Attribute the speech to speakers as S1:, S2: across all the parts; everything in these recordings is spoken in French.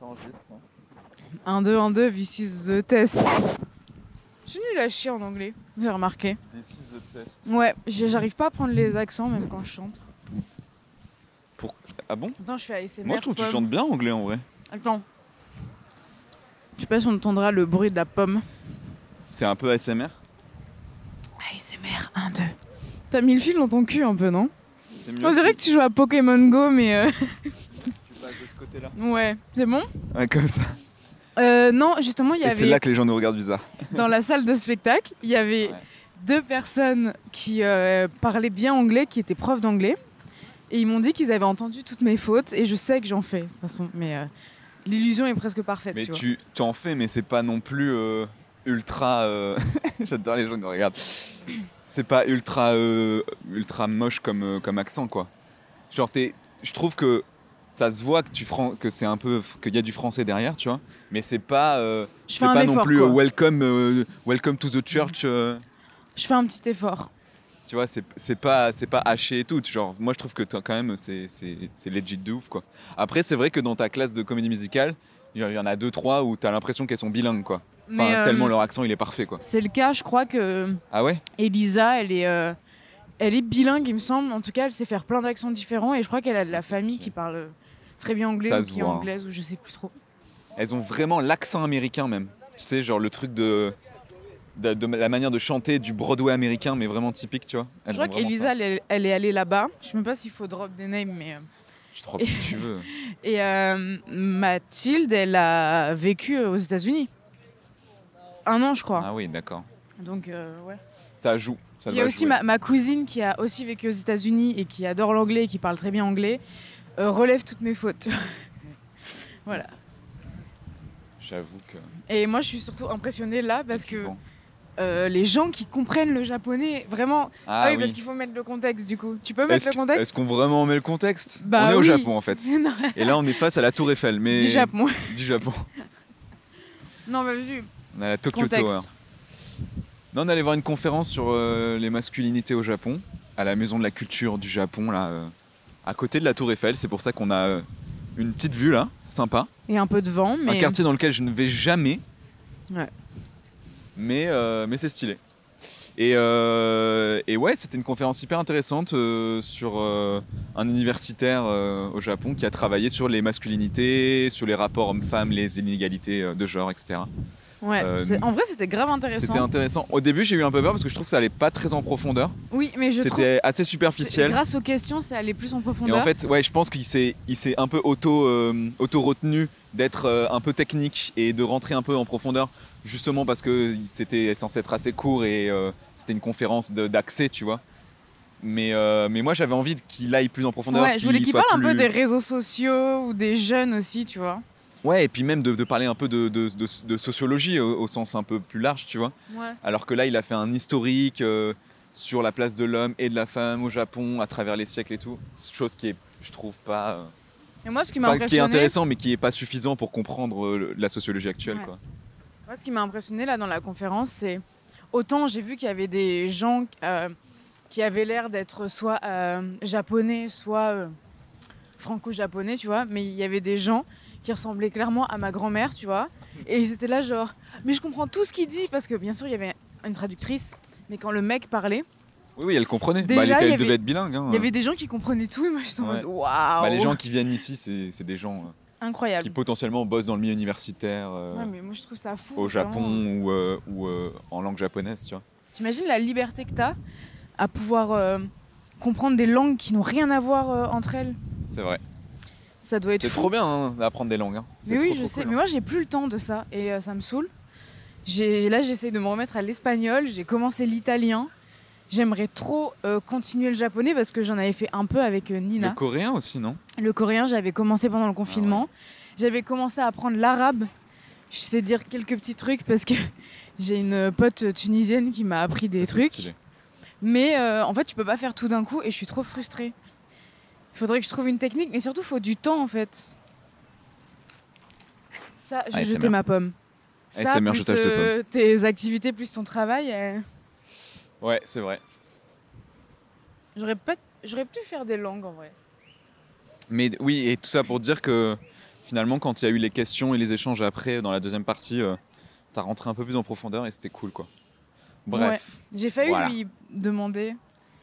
S1: T'enregistres. hein.
S2: 1, 2, 1, 2, this is the test. Je suis nulle à chier en anglais, j'ai remarqué.
S1: This is the test.
S2: Ouais, j'ai- j'arrive pas à prendre les accents même quand je chante.
S1: Ah bon
S2: Attends, je fais ASMR.
S1: Moi je trouve que tu
S2: pomme.
S1: chantes bien anglais en vrai.
S2: Attends. Je sais pas si on entendra le bruit de la pomme.
S1: C'est un peu ASMR.
S2: ASMR 1, 2. T'as mis le fil dans ton cul un peu, non
S1: C'est mieux.
S2: On dirait
S1: si
S2: que tu joues à Pokémon Go, mais euh,
S1: Tu passes de ce côté-là.
S2: ouais, c'est bon
S1: Ouais, comme ça.
S2: Euh, Non, justement, il y
S1: Et c'est
S2: avait
S1: là que les gens nous regardent bizarre.
S2: dans la salle de spectacle, il y avait
S1: Ouais.
S2: deux personnes qui euh, parlaient bien anglais, qui étaient profs d'anglais. Et ils m'ont dit qu'ils avaient entendu toutes mes fautes. Et je sais que j'en fais, de toute façon. Mais euh, l'illusion est presque parfaite.
S1: Mais
S2: tu vois.
S1: tu tu en fais, mais c'est pas non plus euh, ultra. euh, J'adore les gens qui nous regardent. C'est pas ultra euh, ultra moche comme euh, comme accent quoi. Genre t'es- je trouve que ça se voit que tu fran- que c'est un peu f- qu'il y a du français derrière, tu vois. Mais c'est pas euh,
S2: Je
S1: c'est
S2: fais un
S1: pas non
S2: effort,
S1: plus
S2: quoi.
S1: euh, welcome euh, welcome to the church. euh,
S2: Je fais un petit effort.
S1: tu vois, c'est c'est pas, c'est pas haché et tout. Genre, moi, je trouve que toi, quand même, c'est c'est- c'est legit de ouf, quoi. Après, c'est vrai que dans ta classe de comédie musicale, il y en- il y en a deux, trois où t'as l'impression qu'elles sont bilingues, quoi. Enfin,
S2: Mais, euh,
S1: tellement leur accent, il est parfait, quoi.
S2: C'est le cas, je crois que euh,
S1: Ah ouais
S2: Elisa, elle est, euh, elle est bilingue, il me semble. En tout cas, elle sait faire plein d'accents différents. Et je crois qu'elle a de la
S1: Ah, c'est
S2: famille
S1: stylé.
S2: qui parle euh, très bien anglais
S1: Ça
S2: ou
S1: se
S2: qui est
S1: voit, hein.
S2: anglaise ou je sais plus trop.
S1: Elles ont vraiment l'accent américain, même. Tu sais, genre le truc de, de, de la manière de chanter du Broadway américain, mais vraiment typique, tu vois. Elles
S2: Je crois
S1: ont vraiment
S2: qu'Elisa,
S1: ça.
S2: elle, est- elle est allée là-bas. Je sais même pas s'il faut drop des names, mais. euh,
S1: Tu te rends- tu veux.
S2: Et euh, Mathilde, elle a vécu euh, aux États-Unis. Un an, je crois.
S1: Ah oui, d'accord.
S2: Donc, euh, ouais.
S1: Ça joue. ça
S2: Il y a
S1: doit
S2: aussi
S1: jouer.
S2: ma, ma cousine qui a aussi vécu aux États-Unis et qui adore l'anglais et qui parle très bien anglais. euh, relève toutes mes fautes.
S1: J'avoue que.
S2: Et moi, je suis surtout impressionnée là parce que
S1: Bon.
S2: euh, les gens qui comprennent le japonais, vraiment.
S1: Ah
S2: Ah oui,
S1: oui.
S2: parce qu'il faut mettre le contexte du coup. Tu peux mettre
S1: Est-ce
S2: le
S1: que-
S2: contexte
S1: est-ce qu'on vraiment met le contexte
S2: Bah
S1: On est au
S2: oui.
S1: Japon, en fait.
S2: Non,
S1: Et là, on est face à la Tour Eiffel, mais
S2: Du Japon.
S1: du Japon.
S2: Non, mais vu.
S1: On a la Tokyo
S2: Contexte.
S1: Tower. Non, on allait voir une conférence sur euh, les masculinités au Japon, à la Maison de la Culture du Japon, là, euh, à côté de la Tour Eiffel. C'est pour ça qu'on a euh, une petite vue là, sympa.
S2: Et un peu de vent, mais. euh,
S1: Un quartier dans lequel je ne vais jamais.
S2: Ouais.
S1: Mais, euh, mais c'est stylé. Et, euh, et ouais, c'était une conférence hyper intéressante euh, sur euh, un universitaire euh, au Japon qui a travaillé sur les masculinités, sur les rapports hommes-femmes, les inégalités euh, de genre, etc.
S2: Ouais,
S1: Euh,
S2: c'est- en vrai, c'était grave intéressant.
S1: C'était intéressant. Au début, j'ai eu un peu peur parce que je trouve que ça allait pas très en profondeur.
S2: Oui, mais je trouve.
S1: C'était assez
S2: C'est-
S1: superficiel.
S2: Grâce aux questions, c'est aller plus en
S1: Et
S2: profondeur.
S1: en fait, ouais, je pense qu'il s'est, il s'est un peu auto, euh, auto-retenu d'être euh, un peu technique et de rentrer un peu en profondeur, justement parce que c'était censé être assez court et euh, c'était une conférence de- d'accès, tu vois. Mais, euh, mais moi, j'avais envie de- qu'il aille plus en profondeur.
S2: ouais, je voulais qu'il
S1: soit
S2: parle un peu
S1: plus-
S2: des réseaux sociaux ou des jeunes aussi, tu vois.
S1: Ouais, et puis même de, de parler un peu de, de- de- de sociologie au- au sens un peu plus large, tu vois.
S2: Ouais.
S1: Alors que là, il a fait un historique euh, sur la place de l'homme et de la femme au Japon à travers les siècles et tout. Chose qui est, je trouve, pas. euh,
S2: Et moi, ce qui m'a
S1: Enfin, ce qui est
S2: impressionné,
S1: intéressant, mais qui n'est pas suffisant pour comprendre euh, le- la sociologie actuelle.
S2: Ouais.
S1: Quoi.
S2: moi, ce qui m'a impressionné là dans la conférence, c'est autant j'ai vu qu'il y avait des gens euh, qui avaient l'air d'être soit euh, japonais, soit euh, franco-japonais, tu vois, mais il y avait des gens qui ressemblaient clairement à ma grand-mère, tu vois, et ils étaient là genre, mais je comprends tout ce qu'il dit parce que bien sûr il y avait une traductrice, mais quand le mec parlait,
S1: Oui, oui, elle comprenait.
S2: Déjà,
S1: Bah, elle était-
S2: il y
S1: elle
S2: avait-
S1: devait être bilingue. hein.
S2: il y avait des gens qui comprenaient tout et moi j'étais en
S1: Ouais.
S2: mode waouh,
S1: Bah, les gens qui viennent ici, c'est c'est des gens euh,
S2: incroyable.
S1: qui potentiellement bossent dans le milieu universitaire euh,
S2: Ouais, mais moi je trouve ça fou.
S1: au Japon
S2: vraiment.
S1: ou, euh, ou, euh, en langue japonaise. Tu vois.
S2: T'imagines la liberté que t'as à pouvoir euh, comprendre des langues qui n'ont rien à voir euh, entre elles
S1: C'est vrai.
S2: Ça doit être.
S1: C'est
S2: fou.
S1: trop bien hein, d'apprendre des langues. hein. C'est
S2: Mais oui,
S1: trop,
S2: je
S1: trop
S2: sais.
S1: cool,
S2: Mais
S1: hein.
S2: moi j'ai plus le temps de ça et euh, ça me saoule. J'ai- Là j'essaie de me remettre à l'espagnol, j'ai commencé l'italien. J'aimerais trop euh, continuer le japonais parce que j'en avais fait un peu avec euh, Nina.
S1: hein. Le coréen aussi, non
S2: Le coréen, j'avais commencé pendant le confinement.
S1: Ah
S2: J'avais commencé à apprendre l'arabe. Je sais dire quelques petits trucs parce que j'ai une pote tunisienne qui m'a appris des
S1: Ça, c'est
S2: trucs.
S1: stylé.
S2: Mais euh, en fait, tu peux pas faire tout d'un coup et je suis trop frustrée. Il faudrait que je trouve une technique, mais surtout, faut du temps en fait. Ça, j'ai
S1: ASMR.
S2: jeté ma pomme. Ça,
S1: ASMR,
S2: plus
S1: jetage de
S2: euh, tes activités, plus ton travail, euh,
S1: Ouais, c'est vrai.
S2: j'aurais pas- j'aurais pu faire des langues en vrai.
S1: Mais oui, et tout ça pour dire que finalement, quand il y a eu les questions et les échanges après, dans la deuxième partie, euh, ça rentrait un peu plus en profondeur et c'était cool, quoi. Bref,
S2: J'ai failli
S1: Voilà.
S2: lui demander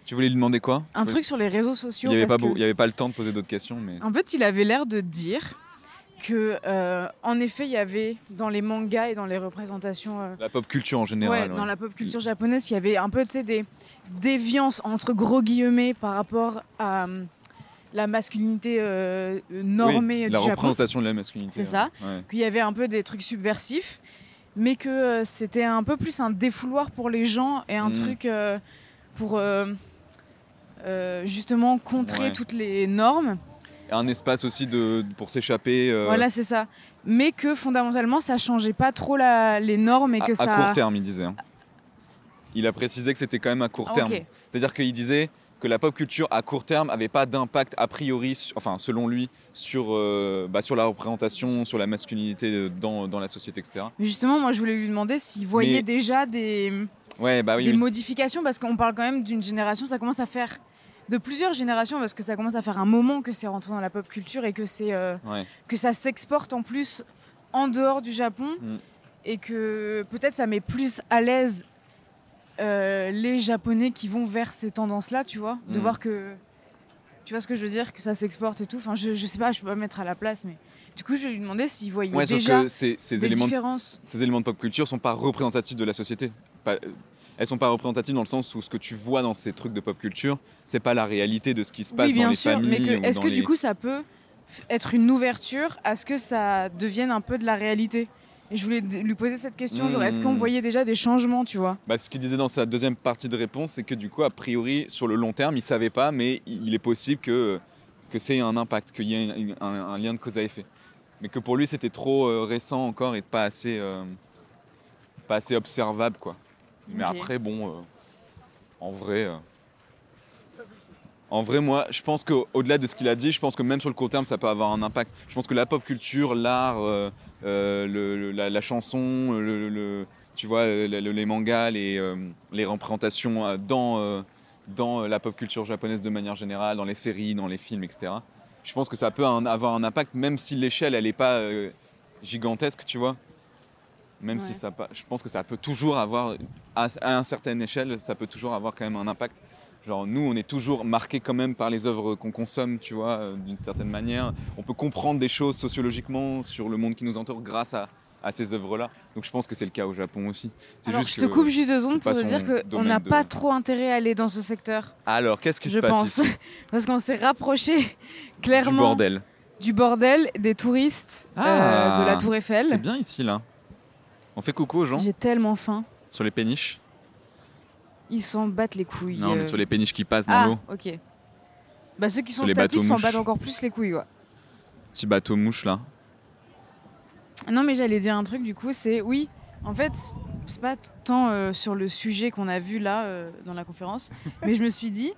S1: tu voulais lui demander quoi
S2: un
S1: Tu voulais-
S2: truc sur les réseaux sociaux.
S1: Il n'y avait, pas
S2: parce
S1: beau-
S2: que-
S1: il y avait pas le temps de poser d'autres questions, mais
S2: En fait, il avait l'air de dire que, euh, en effet, il y avait dans les mangas et dans les représentations euh,
S1: la pop culture en
S2: ouais,
S1: général. ouais.
S2: dans la pop culture japonaise, il y avait un peu tu sais, des déviances entre gros guillemets par rapport à euh, la masculinité euh, normée
S1: Oui, la
S2: du Japon.
S1: représentation de la masculinité.
S2: C'est
S1: ouais.
S2: ça.
S1: Ouais.
S2: Qu'il y avait un peu des trucs subversifs, mais que euh, c'était un peu plus un défouloir pour les gens et un
S1: Mhm.
S2: truc euh, pour euh, euh, justement contrer
S1: Ouais.
S2: toutes les normes.
S1: Un espace aussi de, pour s'échapper euh,
S2: Voilà, c'est ça. Mais que fondamentalement, ça changeait pas trop la- les normes et
S1: à,
S2: que
S1: à
S2: ça.
S1: court terme, il disait. hein. Il a précisé que c'était quand même à court
S2: Ah,
S1: terme.
S2: ok.
S1: C'est-à-dire qu'il disait que la pop culture à court terme avait pas d'impact a priori, su- enfin selon lui, sur, euh, bah, sur la représentation, sur la masculinité euh, dans, dans la société, etc.
S2: Mais justement, moi, je voulais lui demander s'il voyait
S1: Mais-
S2: déjà des,
S1: Ouais, bah oui.
S2: des
S1: oui.
S2: modifications, parce qu'on parle quand même d'une génération, ça commence à faire. de plusieurs générations, parce que ça commence à faire un moment que c'est rentré dans la pop culture et que, c'est, euh,
S1: Ouais.
S2: que ça s'exporte en plus en dehors du Japon.
S1: Mm.
S2: Et que peut-être ça met plus à l'aise euh, les Japonais qui vont vers ces tendances-là, tu vois, de
S1: Mm.
S2: voir que. Tu vois ce que je veux dire Que ça s'exporte et tout. Enfin, je, je sais pas, je peux pas me mettre à la place, mais. Du coup, je lui demandais s'il voyait
S1: Ouais, sauf
S2: déjà
S1: que ces, ces
S2: des
S1: éléments de
S2: différences.
S1: ces éléments de pop culture sont pas représentatifs de la société. Pas- euh, elles sont pas représentatives dans le sens où ce que tu vois dans ces trucs de pop culture, c'est pas la réalité de ce qui se passe
S2: oui, bien
S1: dans les
S2: sûr,
S1: familles.
S2: mais que-
S1: ou
S2: est-ce
S1: dans
S2: que
S1: les-
S2: du coup, ça peut f- être une ouverture à ce que ça devienne un peu de la réalité Et je voulais d- lui poser cette question, genre, est-ce qu'on
S1: Mm.
S2: voyait déjà des changements, tu vois
S1: Bah, ce qu'il disait dans sa deuxième partie de réponse, c'est que du coup, a priori, sur le long terme, il savait pas, mais il il est possible que que c'est un impact, qu'il y ait une- un, un lien de cause à effet. Mais que pour lui, c'était trop euh, récent encore et pas assez euh, pas assez observable, quoi. Mais
S2: Ok.
S1: après, bon, euh, en vrai. euh, en vrai, moi, je pense qu'au-delà de ce qu'il a dit, je pense que même sur le court terme, ça peut avoir un impact. Je pense que la pop culture, l'art, euh, euh, le- le- la, la chanson, le- le, le- tu vois, euh, le- le- les mangas, les, euh, les représentations euh, dans, euh, dans euh, la pop culture japonaise de manière générale, dans les séries, dans les films, etc. Je pense que ça peut un- avoir un impact, même si l'échelle, elle n'est pas euh, gigantesque, tu vois. Même si
S2: Ouais.
S1: ça, pas- je pense que ça peut toujours avoir, à, à une certaine échelle, ça peut toujours avoir quand même un impact. Genre nous, on est toujours marqué quand même par les œuvres qu'on consomme, tu vois, euh, d'une certaine manière. On peut comprendre des choses sociologiquement sur le monde qui nous entoure grâce à, à ces œuvres-là. Donc je pense que c'est le cas au Japon aussi. C'est
S2: Alors,
S1: juste
S2: je te
S1: que-
S2: coupe juste deux
S1: c'est
S2: secondes pour
S1: pas
S2: te
S1: son
S2: dire qu'on
S1: domaine
S2: n'a
S1: de-
S2: pas trop intérêt à aller dans ce secteur,
S1: Alors qu'est-ce qui
S2: je
S1: se passe
S2: pense.
S1: ici
S2: Parce qu'on s'est rapproché
S1: Du
S2: clairement
S1: bordel.
S2: du bordel, des touristes, euh,
S1: Ah,
S2: de la Tour
S1: C'est
S2: Eiffel.
S1: bien ici là. On fait coucou aux gens
S2: J'ai tellement faim.
S1: sur les péniches.
S2: Ils s'en battent les couilles.
S1: Non, mais
S2: euh.
S1: sur les péniches qui passent dans
S2: Ah,
S1: l'eau.
S2: ok. Bah, ceux qui sont
S1: les bateaux
S2: statiques s'en
S1: mouches.
S2: battent encore plus les couilles, ouais.
S1: Petit bateau mouche là.
S2: Non, mais j'allais dire un truc, du coup, c'est oui, en fait, c'est pas tant euh, sur le sujet qu'on a vu là euh, dans la conférence, mais je me suis dit,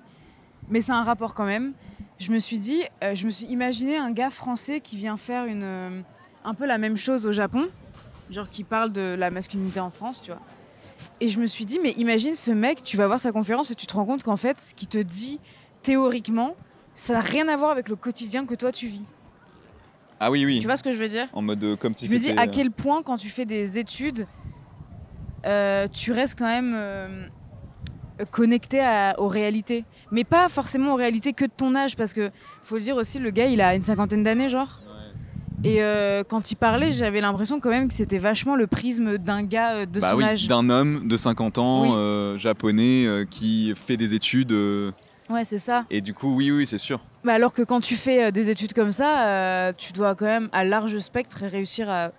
S2: mais c'est un rapport quand même, je me suis dit, euh, je me suis imaginé un gars français qui vient faire une, euh, un peu la même chose au Japon, genre qui parle de la masculinité en France, tu vois. Et je me suis dit, mais imagine ce mec, tu vas voir sa conférence et tu te rends compte qu'en fait, ce qu'il te dit théoriquement, ça n'a rien à voir avec le quotidien que toi tu vis.
S1: Ah oui, oui.
S2: Tu vois ce que je veux dire
S1: en mode euh, comme si
S2: je me dis
S1: c'était,
S2: à
S1: euh,
S2: quel point quand tu fais des études, euh, tu restes quand même euh, connecté à- aux réalités. Mais pas forcément aux réalités que de ton âge, parce que faut le dire aussi, le gars, il a une cinquantaine d'années, genre. Et euh, quand il parlait, j'avais l'impression quand même que c'était vachement le prisme d'un gars euh, de
S1: Bah
S2: son
S1: oui,
S2: âge.
S1: d'un homme de 50 ans,
S2: Oui.
S1: euh, japonais, euh, qui fait des études. euh,
S2: Ouais, c'est ça.
S1: et du coup, oui, oui, c'est sûr.
S2: Bah alors que quand tu fais euh, des études comme ça, euh, tu dois quand même à large spectre réussir à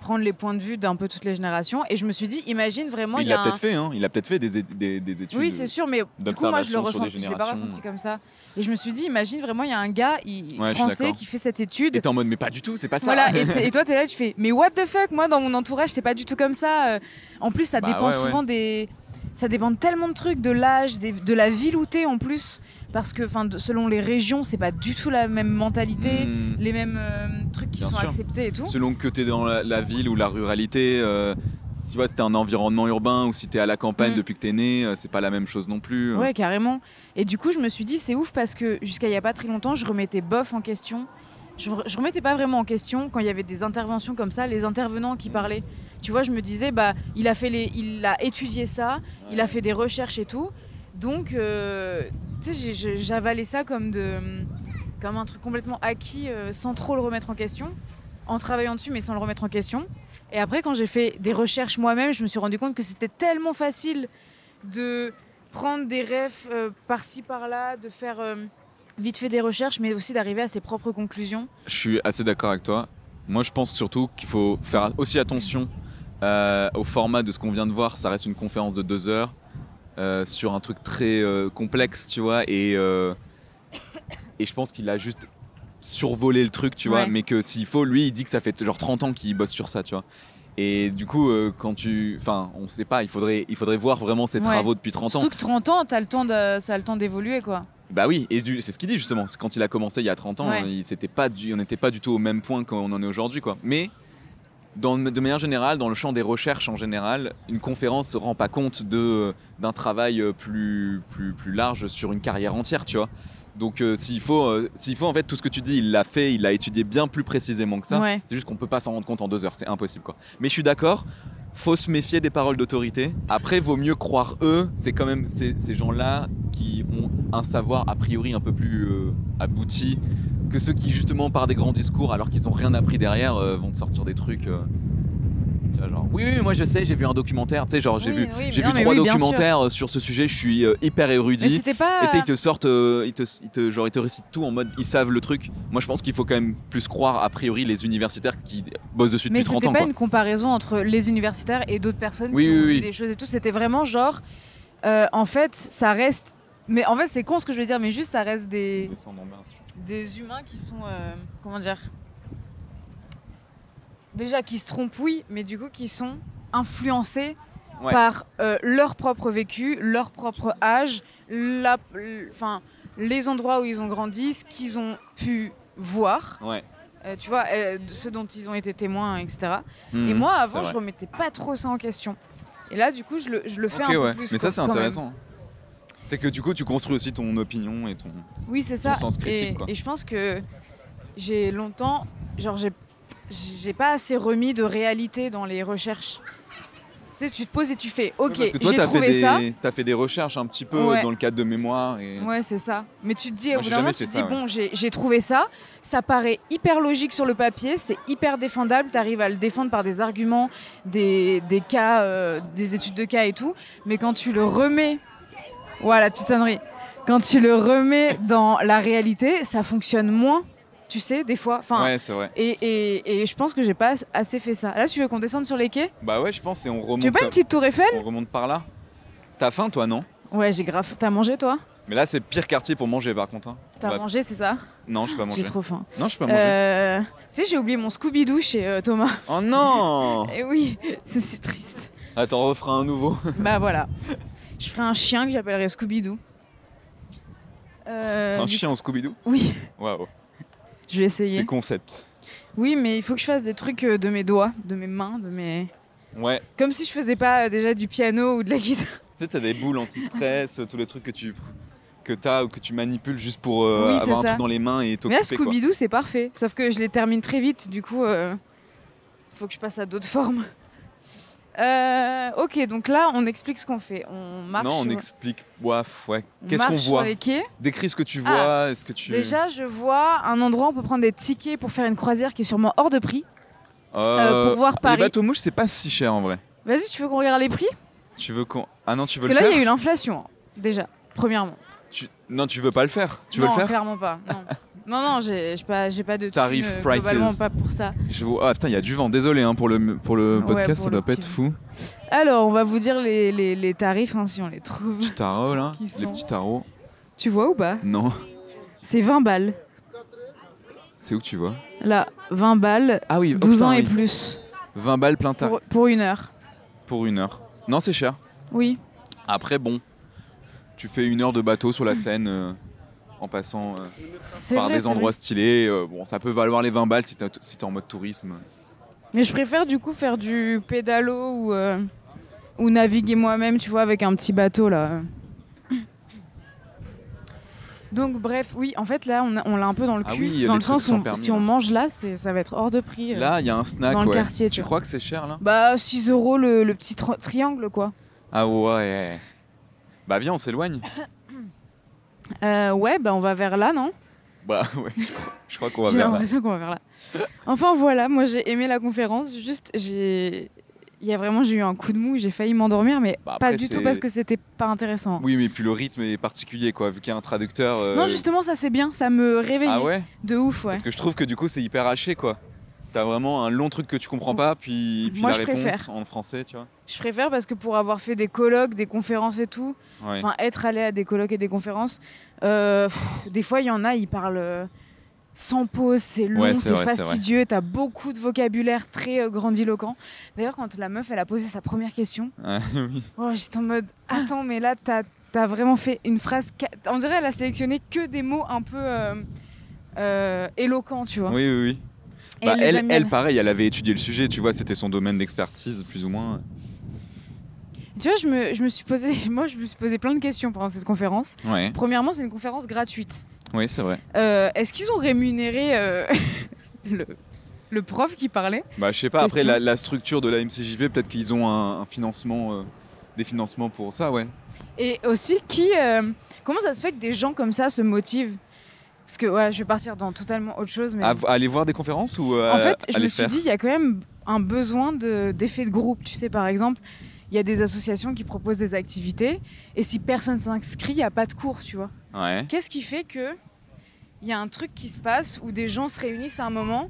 S2: prendre les points de vue d'un peu toutes les générations. Et je me suis dit, imagine vraiment,
S1: Mais il
S2: y a
S1: l'a
S2: un-
S1: peut-être fait, hein. Il a peut-être fait des, é- des- des études. euh,
S2: Oui, c'est sûr, mais du coup, moi, je le
S1: d'observation sur
S2: ressens,
S1: des
S2: je l'ai pas
S1: générations.
S2: ressenti comme ça. Et je me suis dit, imagine vraiment, il y a un gars il-
S1: Ouais, je suis
S2: français
S1: d'accord.
S2: qui fait cette
S1: Et
S2: étude.
S1: t'es en mode, mais pas du tout, c'est pas ça. Hmm.
S2: Voilà, et, t'es- et toi, t'es là, tu fais, mais what the fuck, moi, dans mon entourage, c'est pas du tout comme ça. Euh, En plus, ça
S1: Bah
S2: dépend
S1: ouais, ouais.
S2: souvent des. Ça dépend de tellement de trucs, de l'âge, des- de la ville où t'es en plus. Parce que, enfin, de- selon les régions, c'est pas du tout la même mentalité,
S1: Hmm.
S2: les mêmes euh, trucs qui
S1: Bien
S2: sont
S1: sûr.
S2: acceptés et tout.
S1: Selon que t'es dans la, la ville ou la ruralité, euh, si tu vois, si t'es un environnement urbain ou si t'es à la campagne
S2: Mm.
S1: depuis que t'es né, euh, c'est pas la même chose non plus. euh.
S2: Ouais, carrément. Et du coup, je me suis dit, c'est ouf parce que jusqu'à il y a pas très longtemps, je remettais bof en question je, me- je remettais pas vraiment en question quand il y avait des interventions comme ça, les intervenants qui parlaient. Tu vois, je me disais, bah, il a fait les, il a étudié ça, il a fait des recherches et tout, donc, euh, tu sais, j'ai- j'ai- j'avalais ça comme de, comme un truc complètement acquis, euh, sans trop le remettre en question, en travaillant dessus mais sans le remettre en question. Et après, quand j'ai fait des recherches moi-même, je me suis rendu compte que c'était tellement facile de prendre des refs euh, par-ci par-là, de faire euh, vite fait des recherches, mais aussi d'arriver à ses propres conclusions.
S1: Je suis assez d'accord avec toi. Moi, je pense surtout qu'il faut faire aussi attention euh, au format de ce qu'on vient de voir. Ça reste une conférence de deux heures euh, sur un truc très euh, complexe, tu vois. Et, euh, et je pense qu'il a juste survolé le truc, tu vois.
S2: Ouais.
S1: Mais que s'il faut, lui, il dit que ça fait genre 30 ans qu'il bosse sur ça, tu vois. Et du coup, euh, quand tu. Enfin, on sait pas, il faudrait, il faudrait voir vraiment ses
S2: Ouais.
S1: travaux depuis 30 ans.
S2: Surtout que 30 ans, t'as le temps de, ça a le temps d'évoluer, quoi.
S1: Bah oui, et du- c'est ce qu'il dit justement. C'est Quand il a commencé il y a 30 ans,
S2: Ouais.
S1: il s'était pas du- on n'était pas du tout au même point qu'on en est aujourd'hui. quoi. Mais dans, le- de manière générale, dans le champ des recherches en général, une conférence ne rend pas compte de- d'un travail euh, plus, plus, plus large sur une carrière entière, tu vois. Donc euh, s'il faut, euh, s'il faut, en fait, tout ce que tu dis, il l'a fait, il l'a étudié bien plus précisément que ça.
S2: Ouais.
S1: C'est juste qu'on peut pas s'en rendre compte en deux heures, c'est impossible. quoi. Mais je suis d'accord, faut se méfier des paroles d'autorité. Après, vaut mieux croire eux. C'est quand même ces, ces gens-là qui ont un savoir a priori un peu plus euh, abouti que ceux qui justement par des grands discours alors qu'ils ont rien appris derrière euh, vont te sortir des trucs. euh, tu vois, genre oui, oui, moi je sais, j'ai vu un documentaire. Tu sais, genre j'ai
S2: Oui,
S1: vu,
S2: oui,
S1: j'ai
S2: mais non,
S1: vu
S2: mais
S1: trois
S2: oui, bien sûr.
S1: documentaires euh, sur ce sujet. Je suis euh, hyper
S2: Mais
S1: érudit.
S2: c'était pas.
S1: Et tu sais, ils te sortent, euh, ils, te, ils te- genre, ils te récitent tout en mode ils savent le truc. Moi je pense qu'il faut quand même plus croire a priori les universitaires qui bossent dessus
S2: Mais
S1: depuis
S2: c'était
S1: 30 ans.
S2: pas
S1: quoi.
S2: une comparaison entre les universitaires et d'autres personnes
S1: Oui,
S2: qui
S1: oui,
S2: ont vu
S1: oui.
S2: des choses et tout. C'était vraiment genre, euh, en fait, ça reste. Mais en fait, c'est con ce que je veux dire, mais juste ça reste des, des humains qui sont. euh, comment dire Déjà qui se trompent, oui, mais du coup qui sont influencés
S1: Ouais.
S2: par euh, leur propre vécu, leur propre âge, la, l- enfin, les endroits où ils ont grandi, ce qu'ils ont pu voir,
S1: Ouais.
S2: euh, tu vois, euh, de ce dont ils ont été témoins, etc. Et
S1: Mhm.
S2: moi, avant,
S1: c'est
S2: je remettais pas trop ça en question. Et là, du coup, je le, je le fais
S1: Ok,
S2: un
S1: ouais.
S2: peu plus.
S1: Mais ça,
S2: quoi,
S1: c'est
S2: quand
S1: intéressant. C'est que du coup, tu construis aussi ton opinion et ton.
S2: même. Oui, c'est
S1: Ton
S2: ça.
S1: sens critique,
S2: et,
S1: quoi.
S2: et je pense que j'ai longtemps, genre, j'ai, j'ai pas assez remis de réalité dans les recherches. Tu sais, tu te poses et tu fais, ok,
S1: Parce que toi,
S2: j'ai
S1: t'as fait,
S2: trouvé
S1: des...
S2: ça.
S1: t'as fait des recherches un petit peu
S2: Ouais.
S1: dans le cadre de mémoire. Et...
S2: Ouais, c'est ça. Mais tu te dis,
S1: Moi,
S2: au bout
S1: j'ai
S2: d'un
S1: jamais
S2: moment, tu
S1: fait
S2: te dis,
S1: ça, ouais.
S2: bon, j'ai j'ai trouvé ça, ça paraît hyper logique sur le papier, c'est hyper défendable, tu arrives à le défendre par des arguments, des, des cas, euh, des études de cas et tout, mais quand tu le remets, voilà, petite sonnerie, quand tu le remets dans la réalité, ça fonctionne moins, tu sais, des fois. Enfin,
S1: Ouais, c'est vrai.
S2: et, et- et je pense que j'ai pas assez fait ça. Là, tu veux qu'on descende sur les quais
S1: Bah ouais, je pense, et on
S2: Tu veux
S1: remonte,
S2: pas une petite tour Eiffel
S1: on remonte par là. T'as faim, toi, non
S2: Ouais, j'ai grave. T'as mangé, toi
S1: Mais là, c'est pire quartier pour manger, par contre. hein.
S2: T'as
S1: Bah,
S2: mangé, c'est ça
S1: Non, je peux pas manger.
S2: J'ai trop faim.
S1: Non, je peux pas manger.
S2: Euh, tu sais, j'ai oublié mon Scooby-Doo chez euh, Thomas.
S1: Oh non
S2: Et oui, c'est si triste.
S1: Attends, on refera un nouveau.
S2: bah voilà. Je ferai un chien que j'appellerai Scooby-Doo. Euh,
S1: un
S2: du-
S1: chien en Scooby-Doo
S2: Oui,
S1: Waouh,
S2: je vais
S1: c'est
S2: essayer.
S1: concept.
S2: Oui, mais il faut que je fasse des trucs euh, de mes doigts, de mes mains, de mes.
S1: Ouais.
S2: Comme si je faisais pas euh, déjà du piano ou de la guitare.
S1: Tu sais, t'as des boules anti-stress, tous les trucs que tu que t'as ou que tu manipules juste pour euh,
S2: Oui, c'est
S1: avoir un
S2: ça.
S1: truc dans les mains et
S2: Mais là,
S1: t'occuper. quoi.
S2: Scooby-Doo, c'est parfait. Sauf que je les termine très vite, du coup, euh, faut que je passe à d'autres formes. Euh, ok, donc là, on explique ce qu'on fait. On marche.
S1: non, on
S2: sur-
S1: explique. Ouaf, ouais.
S2: on
S1: Qu'est-ce qu'on
S2: marche sur
S1: voit
S2: les quais.
S1: Décris ce que tu vois. Est-ce que tu.
S2: Déjà, je vois un endroit où on peut prendre des tickets pour faire une croisière qui est sûrement hors de prix.
S1: Euh,
S2: euh, pour voir Paris.
S1: Les bateaux mouches, c'est pas si cher en vrai.
S2: Vas-y, tu veux qu'on regarde les prix
S1: Tu veux qu'on. Ah non, tu veux
S2: Parce que
S1: le
S2: là, il y a
S1: faire
S2: eu l'inflation, hein, déjà, premièrement.
S1: Tu- Non, tu veux pas le faire. Tu
S2: non,
S1: veux le faire
S2: clairement pas. Non, non, non j'ai j'ai pas, j'ai pas de
S1: Tarif,
S2: thune, euh,
S1: prices.
S2: globalement pas pour ça.
S1: Je vois- Ah putain, il y a du vent. Désolé hein, pour le, pour le
S2: Ouais,
S1: podcast,
S2: pour
S1: ça
S2: le
S1: doit pas
S2: petit
S1: être fou.
S2: Alors, on va vous dire les, les- les tarifs, hein, si on les trouve.
S1: Petit tarot là.
S2: Qui
S1: les
S2: sont-
S1: petits tarots.
S2: Tu vois ou pas
S1: Non.
S2: C'est 20 balles.
S1: C'est où que tu vois
S2: Là, 20 balles,
S1: Ah oui, oh,
S2: 12
S1: putain,
S2: ans et
S1: oui.
S2: plus,
S1: 20 balles plein tarif
S2: pour, pour une heure.
S1: pour une heure. Non, c'est cher.
S2: Oui.
S1: Après, bon, tu fais une heure de bateau sur la Seine euh, en passant euh,
S2: Mm. C'est
S1: par
S2: vrai,
S1: des
S2: c'est
S1: endroits stylés. euh, bon, ça peut valoir les 20 balles si t'es si t'es en mode tourisme.
S2: Mais je préfère du coup faire du pédalo ou, euh, ou naviguer moi-même, tu vois, avec un petit bateau là. Donc bref, oui, en fait là on a- on l'a un peu dans le
S1: Ah
S2: cul,
S1: oui,
S2: dans
S1: les
S2: le sens
S1: trucs sans
S2: où
S1: permis,
S2: si on
S1: là.
S2: mange là, c'est ça va être hors de prix. euh.
S1: Là, il y a un snack.
S2: dans le
S1: ouais.
S2: quartier, tu
S1: Tu
S2: vois.
S1: crois que c'est cher là
S2: Bah 6 euros le, le petit tri- triangle quoi.
S1: Ah ouais. Bah viens, on s'éloigne.
S2: Euh, ouais, bah on va vers là, non
S1: Bah ouais, je crois, je crois qu'on va
S2: J'ai
S1: vers là.
S2: l'impression qu'on va vers là. Enfin voilà, moi j'ai aimé la conférence, juste j'ai... Il y a vraiment, j'ai eu un coup de mou, j'ai failli m'endormir, mais
S1: Bah,
S2: pas
S1: après,
S2: du tout
S1: c'est-
S2: parce que c'était pas intéressant.
S1: Oui, mais puis le rythme est particulier quoi, vu qu'il y a un traducteur. euh,
S2: Non, justement, ça c'est bien, ça me réveillait
S1: Ah ouais
S2: de ouf, ouais.
S1: Parce que je trouve que du coup, c'est hyper haché quoi. T'as vraiment un long truc que tu comprends pas, puis, puis
S2: Moi,
S1: la
S2: je
S1: réponse
S2: préfère.
S1: en français, tu vois.
S2: Je préfère parce que pour avoir fait des colloques, des conférences et tout,
S1: Ouais.
S2: enfin être allé à des colloques et des conférences, euh, pff, des fois il y en a, ils parlent euh, sans pause, c'est long,
S1: Ouais, c'est
S2: c'est
S1: vrai, c'est vrai.
S2: fastidieux, t'as beaucoup de vocabulaire très euh, grandiloquent. D'ailleurs, quand la meuf elle a posé sa première question,
S1: Ah, oui.
S2: oh, j'étais en mode
S1: Ah.
S2: attends, mais là t'as as vraiment fait une phrase, ca- on dirait elle a sélectionné que des mots un peu euh, euh, éloquents, tu vois.
S1: oui, oui, oui.
S2: Et
S1: Bah,
S2: elle les a
S1: elle,
S2: mis à-
S1: elle, pareil, elle avait étudié le sujet, tu vois, c'était son domaine d'expertise, plus ou moins.
S2: Tu vois, je me, je me suis posé, moi je me suis posé plein de questions pendant cette conférence.
S1: Ouais,
S2: Premièrement, c'est une conférence gratuite.
S1: oui, c'est vrai.
S2: Euh, Est-ce qu'ils ont rémunéré euh, le, le prof qui parlait
S1: Bah, je sais pas, après,
S2: Question.
S1: la, la structure de la MCJV, peut-être qu'ils ont un, un financement, euh, des financements pour ça, ouais.
S2: Et aussi, qui, euh, comment ça se fait que des gens comme ça se motivent Parce que ouais, je vais partir dans totalement autre chose. Mais...
S1: À- à aller voir des conférences ou euh,
S2: en fait,
S1: à
S2: je me
S1: les
S2: suis
S1: Ah, faire
S2: dit, il y a quand même un besoin de- d'effet de, groupe. Tu sais, par exemple, il y a des associations qui proposent des activités et si personne s'inscrit, il n'y a pas de cours, tu vois.
S1: Ouais.
S2: Qu'est-ce qui fait que il y a un truc qui se passe où des gens se réunissent à un moment,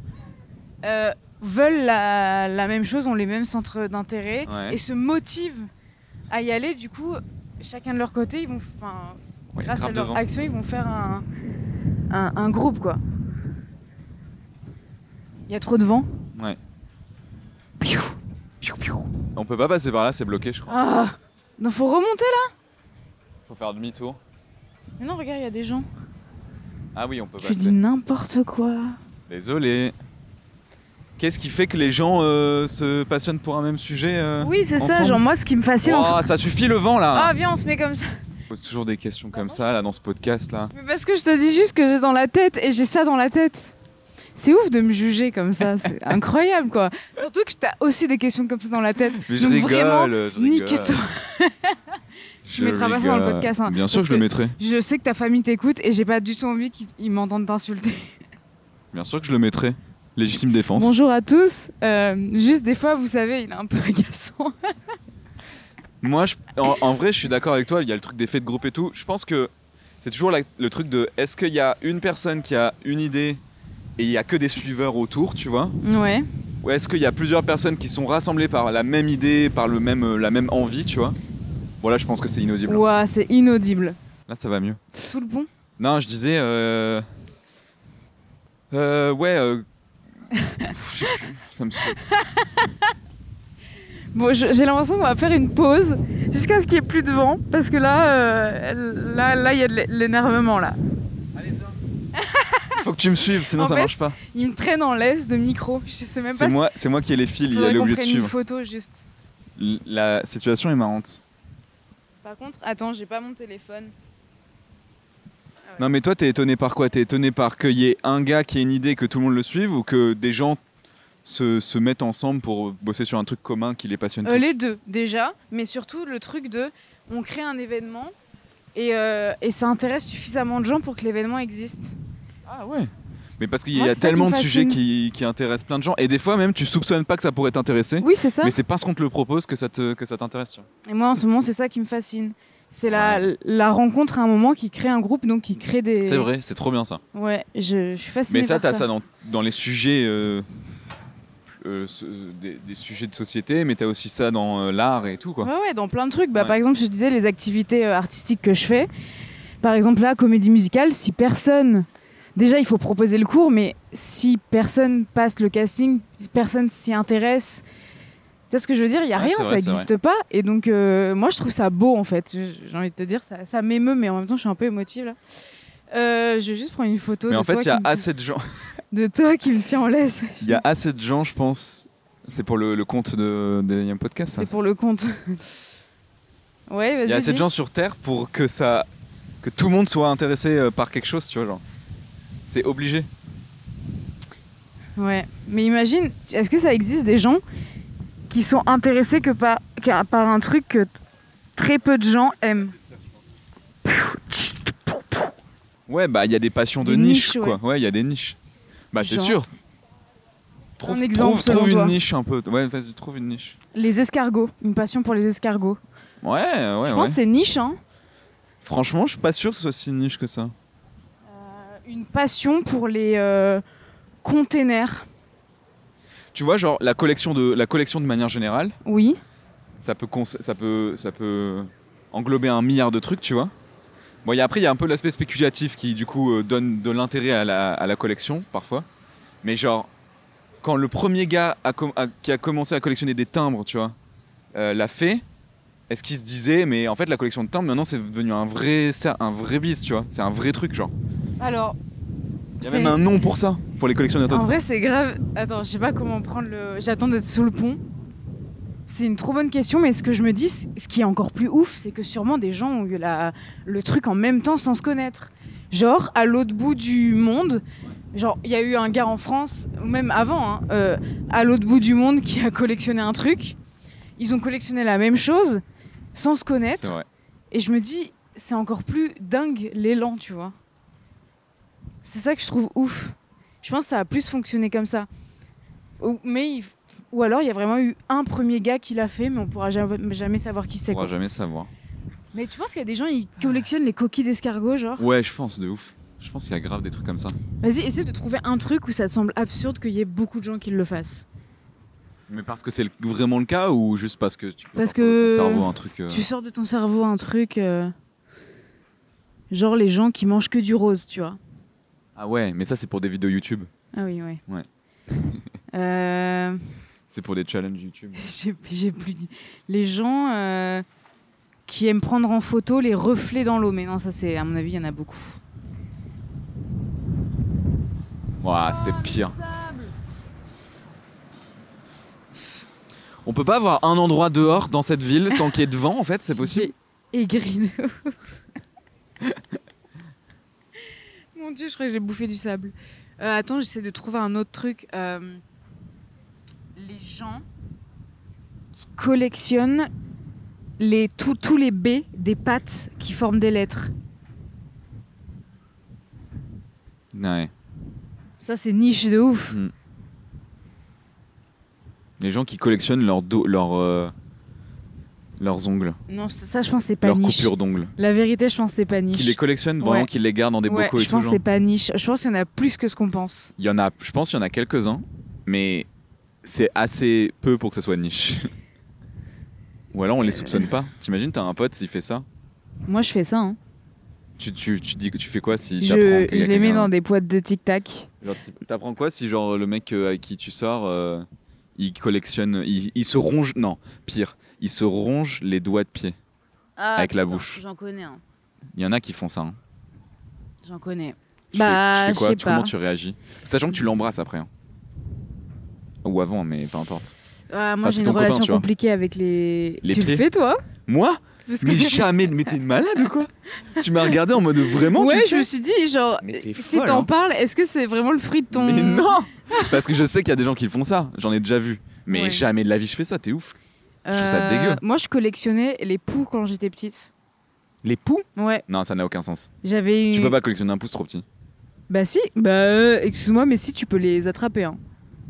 S2: euh, veulent la, la même chose, ont les mêmes centres d'intérêt
S1: Ouais.
S2: et se motivent à y aller. Du coup, chacun de leur côté, ils vont, enfin,
S1: Ouais,
S2: grâce à
S1: grave
S2: leur
S1: devant.
S2: action, ils vont faire un, un- un groupe quoi. Il y a trop de vent.
S1: Ouais.
S2: Piou.
S1: On peut pas passer par là, c'est bloqué, je crois.
S2: Ah. Non, faut remonter là.
S1: Faut faire demi-tour.
S2: Mais non, regarde, il y a des gens.
S1: Ah oui, on peut
S2: Tu
S1: passer.
S2: dis n'importe quoi.
S1: Désolé. Qu'est-ce qui fait que les gens euh, se passionnent pour un même sujet euh
S2: Oui, c'est ça.
S1: ensemble
S2: Genre moi, ce qui me fascine. en ce-
S1: Ouah, ça suffit le vent là
S2: Ah, viens, on se met comme ça.
S1: On pose toujours des questions comme ça là dans ce podcast là.
S2: Mais parce que je te dis juste que j'ai dans la tête et j'ai ça dans la tête. C'est ouf de me juger comme ça, c'est incroyable quoi. Surtout que t'as aussi des questions comme ça dans la tête.
S1: Mais je
S2: Donc
S1: rigole,
S2: vraiment,
S1: je rigole.
S2: nique-toi.
S1: Je
S2: mettrai pas ça dans le
S1: rigole.
S2: podcast, hein,
S1: Bien sûr,
S2: parce
S1: je le
S2: que-
S1: mettrai.
S2: Je sais que ta famille t'écoute et j'ai pas du tout envie qu'ils ils m'entendent t'insulter.
S1: Bien sûr que je le mettrai. Légitime défense.
S2: Bonjour à tous. Euh, juste des fois, vous savez, il est un peu agaçant.
S1: Moi, je- en, en vrai, je suis d'accord avec toi. Il y a le truc des faits de groupe et tout. Je pense que c'est toujours la- le truc de est-ce qu'il y a une personne qui a une idée et il y a que des suiveurs autour, tu vois
S2: Ouais.
S1: Ou est-ce qu'il y a plusieurs personnes qui sont rassemblées par la même idée, par le même, euh, la même envie, tu vois Bon, là, je pense que c'est inaudible.
S2: Ouah, c'est inaudible.
S1: Là, ça va mieux.
S2: Sous le pont.
S1: Non, je disais. Euh... euh, ouais. euh, pff, je sais plus, ça me saoule.
S2: Bon, je- j'ai l'impression qu'on va faire une pause jusqu'à ce qu'il n'y ait plus de vent parce que là, euh, là, là, il y a de l'é- l'énervement là.
S1: Faut que tu me suives, sinon
S2: En
S1: ça
S2: fait,
S1: marche pas.
S2: Il me traîne en laisse de micro. Je sais même
S1: C'est
S2: pas. si-
S1: moi, c'est moi qui ai les fils, il
S2: Faudrait
S1: a
S2: qu'on
S1: oublié de
S2: prenne une
S1: suivre.
S2: photo juste.
S1: L- La situation est marrante.
S2: Par contre, attends, j'ai pas mon téléphone.
S1: Non mais toi t'es étonné par quoi T'es étonné par qu'il y ait un gars qui ait une idée que tout le monde le suive ou que des gens se, se mettent ensemble pour bosser sur un truc commun qui les passionne tous
S2: Euh, les deux déjà, mais surtout le truc de, on crée un événement et, euh, et ça intéresse suffisamment de gens pour que l'événement existe.
S1: Ah ouais Mais parce qu'il
S2: Moi,
S1: y a
S2: c'est ça qui
S1: tellement
S2: me
S1: de sujets
S2: fascine.
S1: qui, qui intéressent plein de gens et des fois même tu soupçonnes pas que ça pourrait t'intéresser
S2: Oui, c'est ça.
S1: mais c'est parce qu'on te le propose que ça te- que ça t'intéresse. tu vois.
S2: Et moi, en ce moment, c'est ça qui me fascine. C'est la, la rencontre à un moment qui crée un groupe, donc qui crée des.
S1: C'est vrai, c'est trop bien ça.
S2: Ouais, je, je suis fascinée.
S1: Mais ça,
S2: par
S1: t'as ça, dans, dans les sujets, euh, euh, ce- des, des sujets de société, mais t'as aussi ça dans euh, l'art et tout, quoi.
S2: Ouais, ouais, dans plein de trucs. Bah,
S1: Ouais.
S2: Par exemple, je te disais les activités euh, artistiques que je fais. Par exemple, là, comédie musicale, si personne. Déjà, il faut proposer le cours, mais si personne passe le casting, si personne s'y intéresse. Tu sais ce que je veux dire Il n'y a
S1: Ouais,
S2: rien,
S1: c'est
S2: ça
S1: vrai, c'est
S2: n'existe pas. Et donc, euh, moi, je trouve ça beau, en fait. Je- J'ai envie de te dire, ça, ça m'émeut, mais en même temps, je suis un peu émotive, là. Euh, je vais juste prendre une photo
S1: Mais
S2: de,
S1: en fait,
S2: toi
S1: il y a
S2: qui me tient-
S1: assez de gens,
S2: de toi qui me tient en laisse.
S1: il y a assez de gens, je pense. C'est pour le, le compte de, des liens podcast. ça.
S2: C'est pour le compte. Ouais, vas-y.
S1: Il y a assez de
S2: dis.
S1: gens sur Terre pour que ça, que tout le monde soit intéressé euh, par quelque chose, tu vois, genre. C'est obligé.
S2: Ouais. Mais imagine, est-ce que ça existe des gens qui sont intéressés que par, que- par un truc que très peu de gens aiment
S1: Ouais, bah il y a des passions de
S2: Des
S1: niche,
S2: niches,
S1: quoi. Ouais, il y a des niches. Bah c'est
S2: Genre.
S1: sûr. Trouve,
S2: exemple,
S1: trouve, trouve
S2: selon toi.
S1: une niche un peu. Ouais, vas-y, trouve une niche.
S2: Les escargots, une passion pour les escargots.
S1: Ouais, ouais,
S2: Je
S1: ouais.
S2: pense que c'est niche, hein
S1: Franchement, je suis pas sûr que ce soit si niche que ça.
S2: Une passion pour les euh, containers.
S1: Tu vois, genre la collection de la collection de manière générale,
S2: Oui.
S1: ça peut cons- ça peut ça peut englober un milliard de trucs, tu vois. Bon, il y a- après il y a un peu l'aspect spéculatif qui du coup euh, donne de l'intérêt à la, à la collection parfois. Mais genre quand le premier gars a com- a- qui a commencé à collectionner des timbres, tu vois, euh, l'a fait, est-ce qu'il se disait mais en fait la collection de timbres maintenant c'est devenu un vrai ça- un vrai bis, tu vois, c'est un vrai truc genre.
S2: Alors.
S1: Il y a
S2: c'est-
S1: même un nom pour ça pour les collectionneurs.
S2: En vrai, c'est grave. Attends, je sais pas comment prendre le. J'attends d'être sous le pont. C'est une trop bonne question, mais ce que je me dis, c- ce qui est encore plus ouf, c'est que sûrement des gens ont eu la... le truc en même temps sans se connaître. Genre, à l'autre bout du monde, genre, il y a eu un gars en France, ou même avant, hein, euh, à l'autre bout du monde qui a collectionné un truc. Ils ont collectionné la même chose sans se
S1: C'est
S2: connaître.
S1: vrai.
S2: Et je me dis, c'est encore plus dingue l'élan, tu vois. C'est ça que je trouve ouf. Je pense que ça a plus fonctionné comme ça. Ou, mais il f- ou alors il y a vraiment eu un premier gars qui l'a fait, mais on pourra jamais, jamais savoir qui
S1: On
S2: c'est.
S1: pourra
S2: quoi.
S1: jamais savoir.
S2: Mais tu penses qu'il y a des gens qui collectionnent les coquilles d'escargot, genre
S1: Ouais, je pense de ouf. Je pense qu'il y a grave des trucs comme ça.
S2: Vas-y, essaie de trouver un truc où ça te semble absurde qu'il y ait beaucoup de gens qui le fassent.
S1: Mais parce que c'est le- vraiment le cas ou juste parce que tu peux
S2: Parce
S1: sortir de
S2: que
S1: ton cerveau un truc euh,
S2: tu sors de ton cerveau un truc, euh, genre les gens qui mangent que du rose, tu vois.
S1: Ah ouais, mais ça c'est pour des vidéos YouTube,
S2: Ah oui, ouais.
S1: Ouais.
S2: Euh,
S1: c'est pour des challenges YouTube.
S2: j'ai j'ai plus dit. Les gens euh, qui aiment prendre en photo les reflets dans l'eau. Mais non, ça, c'est à mon avis, il y en a beaucoup.
S1: Ouah, Ah, c'est pire. On peut pas avoir un endroit dehors dans cette ville sans qu'il y ait de vent en fait, c'est possible
S2: Et green. Mon dieu, je crois que j'ai bouffé du sable. Euh, attends, j'essaie de trouver un autre truc. Euh, les gens qui collectionnent les, tous- tous les B des pattes qui forment des lettres.
S1: Ouais.
S2: Ça, c'est niche de ouf.
S1: Les gens qui collectionnent leurs do- leurs euh, leurs ongles,
S2: Non, ça, ça, je pense que c'est pas
S1: leurs
S2: niche.
S1: coupures d'ongles,
S2: La vérité, je pense que c'est pas niche.
S1: qui les collectionnent vraiment,
S2: Ouais.
S1: qui les gardent dans des
S2: Ouais,
S1: bocaux et
S2: je
S1: tout
S2: pense que
S1: genre.
S2: c'est pas niche. Je pense qu'il y en a plus que ce qu'on pense.
S1: Il y en a, je pense qu'il y en a quelques-uns, mais c'est assez peu pour que ça soit niche. Ou alors on les soupçonne pas. T'imagines, t'as un pote s'il fait ça,
S2: Moi, je fais ça. hein.
S1: tu, tu, tu dis que tu fais quoi si
S2: Je,
S1: t'apprends qu'il y
S2: je
S1: a
S2: les mets
S1: quelqu'un- hein.
S2: dans des boîtes de Tic Tac.
S1: Genre, t'y- t'apprends quoi si genre le mec euh, avec qui tu sors, euh, il collectionne, il, il se ronge, non, pire, il se ronge les doigts de pied. Avec la bouche.
S2: Ah, J'en connais. hein.
S1: Il y en a qui font ça. hein.
S2: J'en connais.
S1: Tu
S2: Bah,
S1: fais, tu fais quoi
S2: je sais
S1: Tu- Comment
S2: pas.
S1: tu réagis Sachant que tu l'embrasses après. hein. Ou avant, mais peu importe.
S2: Ah, moi,
S1: Enfin, c'est
S2: j'ai une
S1: ton copain,
S2: relation
S1: tu vois.
S2: compliquée avec les.
S1: Les
S2: tu
S1: pieds.
S2: le fais, toi
S1: Moi
S2: Parce
S1: Mais jamais, mais t'es une malade ou quoi Tu m'as regardé en mode vraiment tu
S2: Ouais,
S1: le
S2: je me
S1: fais
S2: suis dit, genre,
S1: Mais t'es
S2: si
S1: folle,
S2: t'en
S1: hein.
S2: parles, est-ce que c'est vraiment le fruit de ton.
S1: Mais non Parce que je sais qu'il y a des gens qui font ça, j'en ai déjà vu. Mais
S2: Ouais.
S1: jamais de la vie je fais ça, t'es ouf. je trouve ça
S2: Euh,
S1: dégueu.
S2: Moi, je collectionnais les poux quand j'étais petite.
S1: Les poux
S2: Ouais,
S1: Non, ça n'a aucun sens.
S2: j'avais une.
S1: Tu peux pas collectionner un pouce trop petit.
S2: Bah si, bah euh, excuse-moi, mais si tu peux les attraper. Hein.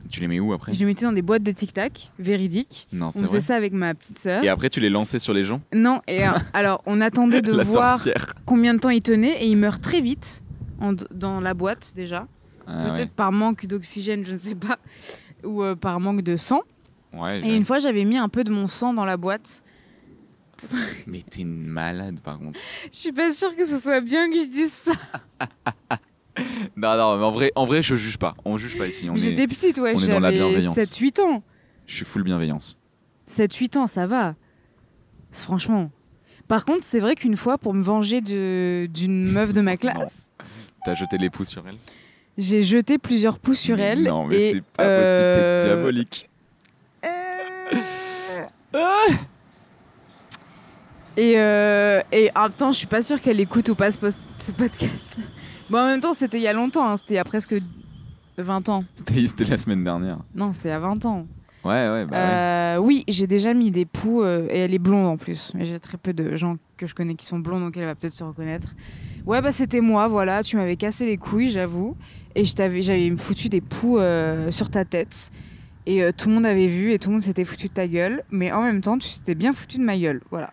S1: Tu les mets où après
S2: Je les mettais dans des boîtes de Tic Tac, véridique.
S1: Non,
S2: On
S1: c'est
S2: faisait
S1: vrai.
S2: ça avec ma petite sœur.
S1: Et après, tu les lançais sur les gens
S2: Non, et euh, alors on attendait de
S1: La
S2: voir
S1: sorcière.
S2: combien de temps il tenait et il meurt très vite en d- dans la boîte déjà.
S1: Ah
S2: Peut-être par manque d'oxygène, je ne sais pas, ou euh, par manque de sang.
S1: ouais. Ouais,
S2: Et
S1: j'aime.
S2: une fois, j'avais mis un peu de mon sang dans la boîte.
S1: Mais t'es une malade par contre.
S2: Je suis pas sûre que ce soit bien que je dise ça.
S1: Non, non, mais en vrai, en vrai je juge pas. On juge pas ici. On
S2: J'étais
S1: est...
S2: petite, ouais,
S1: on est dans la
S2: j'avais
S1: bienveillance.
S2: 7-8 ans.
S1: Je suis full bienveillance.
S2: 7-8 ans, ça va. C'est- Franchement. Par contre, c'est vrai qu'une fois, pour me venger de- d'une meuf de ma classe,
S1: T'as jeté les pouces sur elle
S2: j'ai jeté plusieurs pouces sur
S1: Mais
S2: elle.
S1: Non, mais
S2: et,
S1: c'est pas
S2: euh,
S1: possible, t'es diabolique.
S2: Euh. Et, euh, et en même temps, je suis pas sûre qu'elle écoute ou pas ce, post- ce podcast. Bon, en même temps, c'était il y a longtemps, hein, c'était il y a presque 20 ans.
S1: C'était c'était la semaine dernière.
S2: Non, c'était il y a 20 ans.
S1: Ouais, ouais, bah ouais.
S2: Euh, oui, j'ai déjà mis des poux euh, et elle est blonde en plus. Mais j'ai très peu de gens que je connais qui sont blonds, donc elle va peut-être se reconnaître. Ouais, bah c'était moi, voilà. Tu m'avais cassé les couilles, j'avoue, et je t'avais, j'avais foutu des poux euh, sur ta tête. Et euh, tout le monde avait vu et tout le monde s'était foutu de ta gueule, mais en même temps, tu t'étais bien foutu de ma gueule, voilà.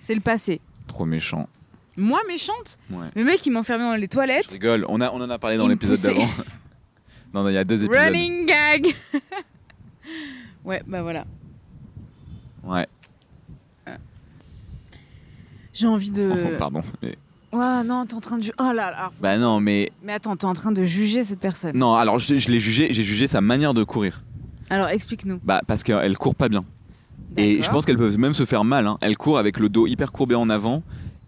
S2: C'est le passé.
S1: Trop méchant.
S2: Moi méchante,
S1: Ouais.
S2: le mec il m'enfermait dans les
S1: Je
S2: toilettes.
S1: rigole, on, a, on en a parlé dans
S2: Il me
S1: l'épisode
S2: poussait.
S1: d'avant. non, non, il y a deux épisodes.
S2: Running gag. ouais, bah voilà.
S1: Ouais,
S3: J'ai envie
S2: Euh.
S3: de.
S1: pardon. mais-
S3: Ouah, non, t'es en train de. ju- Oh là là. alors, faut-
S1: Bah non, mais.
S2: Mais attends, t'es en train de juger cette personne.
S1: Non, alors je, je l'ai jugé, j'ai jugé sa manière de courir.
S2: Alors explique-nous.
S1: Bah, parce qu'elle court pas bien. Et je pense qu'elle peut même se faire mal. hein. Elle court avec le dos hyper courbé en avant.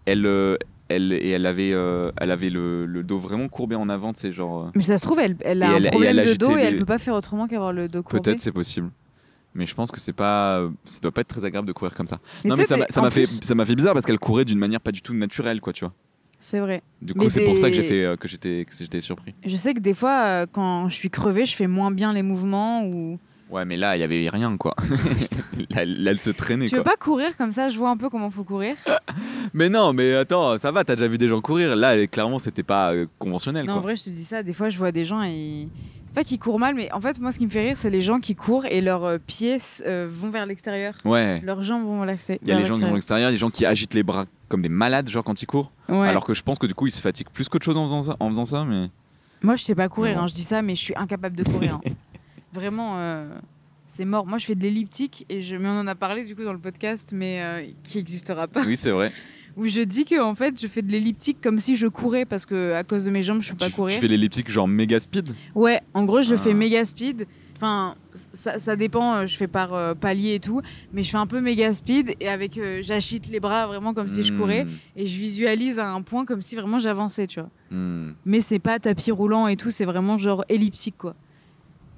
S1: Elle, euh, elle, et elle avait, euh, elle avait le, le dos vraiment courbé en avant, tu sais, genre. euh,
S2: Mais ça se trouve, elle, elle
S1: Et
S2: a
S1: elle- et
S2: un problème
S1: elle
S2: de
S1: agitait
S2: dos et elle
S1: les-
S2: peut pas faire autrement qu'avoir le dos courbé.
S1: Peut-être c'est possible. Mais je pense que c'est pas, euh, ça doit pas être très agréable de courir comme ça.
S2: Mais
S1: non
S2: tu
S1: mais
S2: sais,
S1: ça m'a-
S2: t'es-
S1: ça
S2: en
S1: m'a fait,
S2: plus,
S1: ça m'a fait bizarre parce qu'elle courait d'une manière pas du tout naturelle, quoi, tu vois.
S2: C'est vrai.
S1: Du
S2: Mais
S1: coup, c'est pour ça que j'ai
S2: t'es-
S1: fait, euh, que j'étais, que j'étais surpris.
S2: Je sais que des fois, euh, quand je suis crevée, je fais moins bien les mouvements ou.
S1: Ouais, mais là, il y avait rien, quoi. là, elle- elle se traînait,
S2: Tu
S1: quoi. Ah,
S2: veux pas courir comme ça Je vois un peu comment faut courir.
S1: Mais non, mais attends, ça va, t'as déjà vu des gens courir. Là, elle- clairement, c'était pas euh, conventionnel.
S2: Non, en
S1: quoi.
S2: vrai, je te dis ça. Des fois, je vois des gens et c'est pas qu'ils courent mal, mais en fait, moi, ce qui me fait rire, c'est les gens qui courent et leurs euh, pieds euh, vont vers l'extérieur.
S1: Ouais.
S2: Leurs jambes vont vers l'extérieur.
S1: Il y a les gens qui vont à l'extérieur, les gens qui agitent les bras comme des malades, genre quand ils courent.
S2: Ouais.
S1: Alors que je pense que du coup, ils se fatiguent plus qu'autre chose en faisant ça. En faisant ça mais...
S2: Moi, je sais pas courir,
S1: Mais bon.
S2: hein, je dis ça, mais je suis incapable de courir. hein. Vraiment, euh, c'est mort. Moi, je fais de l'elliptique, et je... mais on en a parlé du coup dans le podcast, mais euh, qui n'existera pas.
S1: Oui, c'est vrai.
S2: Où je dis que en fait, je fais de l'elliptique comme si je courais, parce que à cause de mes jambes, je peux pas
S1: tu, tu
S2: courir.
S1: fais l'elliptique genre méga speed.
S2: Ouais, en gros, je
S1: Ah.
S2: fais méga speed. Enfin, ça, ça dépend, euh, je fais par euh, palier et tout, mais je fais un peu méga speed, et avec, euh, j'achite les bras vraiment comme si je
S1: Hmm.
S2: courais, et je visualise à un point comme si vraiment j'avançais, tu vois
S1: Hmm, hmm.
S2: mais c'est pas tapis roulant et tout, c'est vraiment genre elliptique quoi.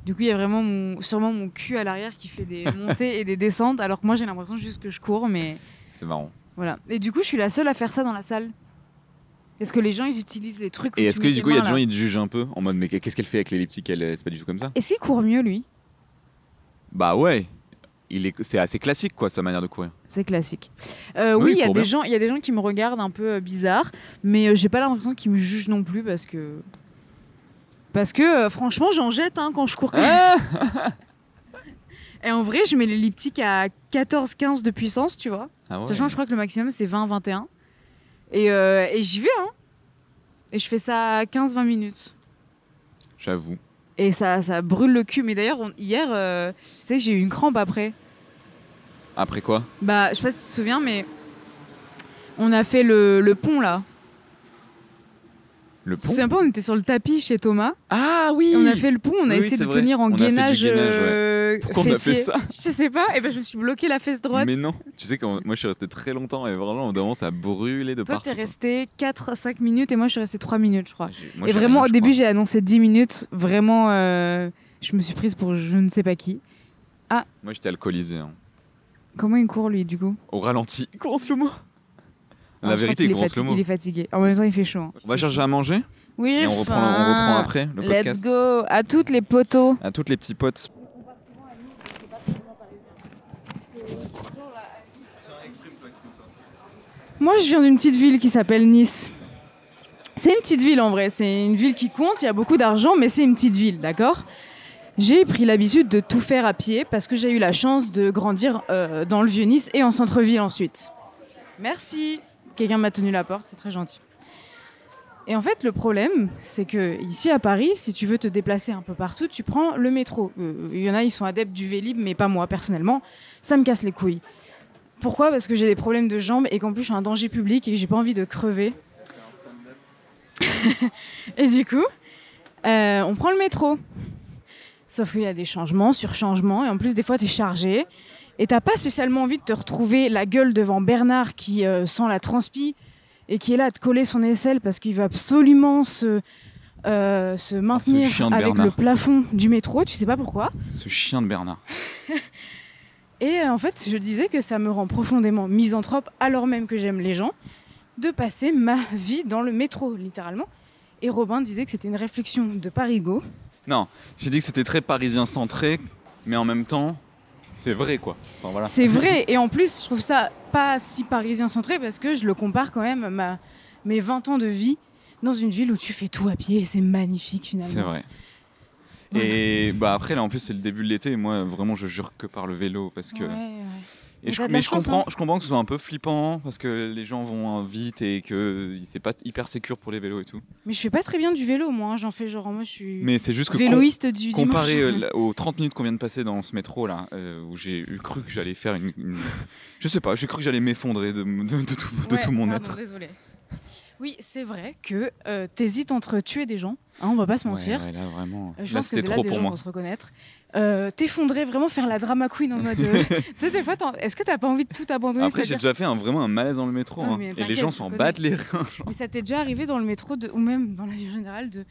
S2: Du coup, il y a vraiment mon, sûrement mon cul à l'arrière qui fait des montées et des descentes, alors que moi j'ai l'impression juste que je cours, mais
S1: C'est marrant.
S2: voilà. Et du coup, je suis la seule à faire ça dans la salle. Est-ce que les gens ils utilisent les trucs où
S1: Et
S2: tu
S1: est-ce que
S2: mets
S1: du
S2: tes
S1: coup, il y a
S2: mains,
S1: des
S2: là
S1: gens ils te jugent un peu en mode mais qu'est-ce qu'elle fait avec l'elliptique Elle, euh, C'est pas du tout comme ça
S2: Est-ce qu'il court mieux lui
S1: Bah ouais. Il est, c'est assez classique quoi sa manière de courir.
S2: C'est classique. Euh,
S1: Oui,
S2: oui, il y a
S1: pour
S2: des
S1: bien.
S2: gens, il y a des gens qui me regardent un peu euh, bizarre, mais euh, j'ai pas l'impression qu'ils me jugent non plus parce que parce que euh, franchement, j'en jette hein, quand je cours. Et en vrai, je mets l'elliptique à 14-15 de puissance, tu vois.
S1: Ah ouais.
S2: Sachant que je crois que le maximum c'est 20-21. Et, euh, et j'y vais, hein. Et je fais ça 15-20 minutes.
S1: J'avoue.
S2: Et ça, ça brûle le cul. Mais d'ailleurs, on- hier, euh, tu sais, j'ai eu une crampe après.
S1: Après quoi
S2: Bah, je sais pas si tu te souviens, mais on a fait le, le pont là.
S1: Le
S2: Tu te
S1: pont.
S2: souviens pas, on était sur le tapis chez Thomas.
S1: Ah oui.
S2: Et on a fait le pont, on a
S1: Oui, oui,
S2: essayé
S1: c'est
S2: de
S1: vrai.
S2: tenir en
S1: On a fait du
S2: gainage,
S1: gainage,
S2: euh,
S1: Pourquoi on a fait
S2: fessier.
S1: ça
S2: Je sais pas, et ben je me suis bloqué la fesse droite.
S1: Mais non. Tu sais que moi je suis resté très longtemps et vraiment au bout d'un moment ça a brûlé de
S2: Toi,
S1: partout.
S2: t'es
S1: quoi.
S2: resté 4-5 minutes et moi, je suis restée 3 minutes, je crois.
S1: J'ai- moi,
S2: et
S1: j'ai
S2: vraiment,
S1: rien,
S2: au
S1: je
S2: début,
S1: crois.
S2: j'ai annoncé 10 minutes. Vraiment, euh, je me suis prise pour je ne sais pas qui.
S1: Moi j'étais alcoolisé. hein.
S2: Comment il court, lui, du coup
S1: Au ralenti. Il court en slow-mo. La
S2: Ah, je crois
S1: vérité,
S2: qu'il
S1: il
S2: est
S1: court en
S2: fatigué-
S1: slow-mo.
S2: Il est fatigué. En même temps, il fait chaud. hein.
S1: On va chercher à manger
S2: Oui, j'ai
S1: et on
S2: faim.
S1: reprend, on reprend après le podcast.
S2: Let's go à toutes les poteaux.
S1: À toutes les petits potes.
S2: Moi, je viens d'une petite ville qui s'appelle Nice. C'est une petite ville en vrai, c'est une ville qui compte, il y a beaucoup d'argent, mais c'est une petite ville, d'accord J'ai pris l'habitude de tout faire à pied parce que j'ai eu la chance de grandir euh, dans le vieux Nice et en centre-ville ensuite. Merci Quelqu'un m'a tenu la porte, c'est très gentil. Et en fait, le problème, c'est que ici à Paris, si tu veux te déplacer un peu partout, tu prends le métro. Euh, Il y en a, ils sont adeptes du Vélib, mais pas moi personnellement. Ça me casse les couilles. Pourquoi Parce que j'ai des problèmes de jambes et qu'en plus je suis un danger public et que j'ai pas envie de crever. et du coup, euh, on prend le métro. Sauf qu'il y a des changements sur changements et en plus des fois t'es chargé et t'as pas spécialement envie de te retrouver la gueule devant Bernard qui euh, sent la transpi et qui est là à te coller son aisselle parce qu'il veut absolument se, euh, se maintenir
S1: Ah, chien de
S2: avec
S1: Bernard.
S2: le plafond du métro, tu sais pas pourquoi.
S1: Ce chien de Bernard.
S2: Et euh, en fait, je disais que ça me rend profondément misanthrope, alors même que j'aime les gens, de passer ma vie dans le métro, littéralement. Et Robin disait que c'était une réflexion de Parigot.
S1: Non, j'ai dit que c'était très parisien centré, mais en même temps, c'est vrai quoi. Enfin, voilà.
S2: C'est vrai, et en plus, je trouve ça pas si parisien centré parce que je le compare quand même à ma- mes 20 ans de vie dans une ville où tu fais tout à pied et c'est magnifique finalement.
S1: C'est vrai. Et bah après là en plus c'est le début de l'été et moi vraiment je jure que par le vélo parce que
S2: Ouais, ouais.
S1: et je,
S2: t'as de la
S1: mais je
S2: chance,
S1: comprends
S2: hein.
S1: je comprends que ce soit un peu flippant parce que les gens vont euh, vite et que euh, c'est pas hyper sécure pour les vélos et tout
S2: Mais je fais pas très bien du vélo, moi. hein. J'en fais genre, moi, je suis
S1: mais c'est juste que com-
S2: véloïste du
S1: comparé euh,
S2: dimanche.
S1: la- aux 30 minutes qu'on vient de passer dans ce métro là euh, où j'ai eu cru que j'allais faire une, une- je sais pas j'ai cru que j'allais m'effondrer de, de- de tout, de
S2: Ouais,
S1: tout mon
S2: pardon,
S1: être
S2: désolée. Oui, c'est vrai que euh, t'hésites entre tuer des gens, hein, on va pas se mentir.
S1: Ouais, ouais, là vraiment
S2: Euh, Je
S1: là
S2: pense que
S1: c'était
S2: là,
S1: trop
S2: des
S1: pour
S2: gens
S1: moi
S2: vont se reconnaître. Euh, T'effondrer, vraiment faire la drama queen en mode. euh, tu sais, des fois, t'en- est-ce que t'as pas envie de tout abandonner
S1: après j'ai déjà
S2: c'est-à-dire-
S1: fait un- vraiment un malaise dans le métro
S2: Ouais,
S1: hein.
S2: mais
S1: et les
S2: t'inquiète,
S1: gens
S2: je
S1: s'en
S2: connais.
S1: battent les reins
S2: Mais ça t'est déjà arrivé dans le métro de- ou même dans la vie générale de.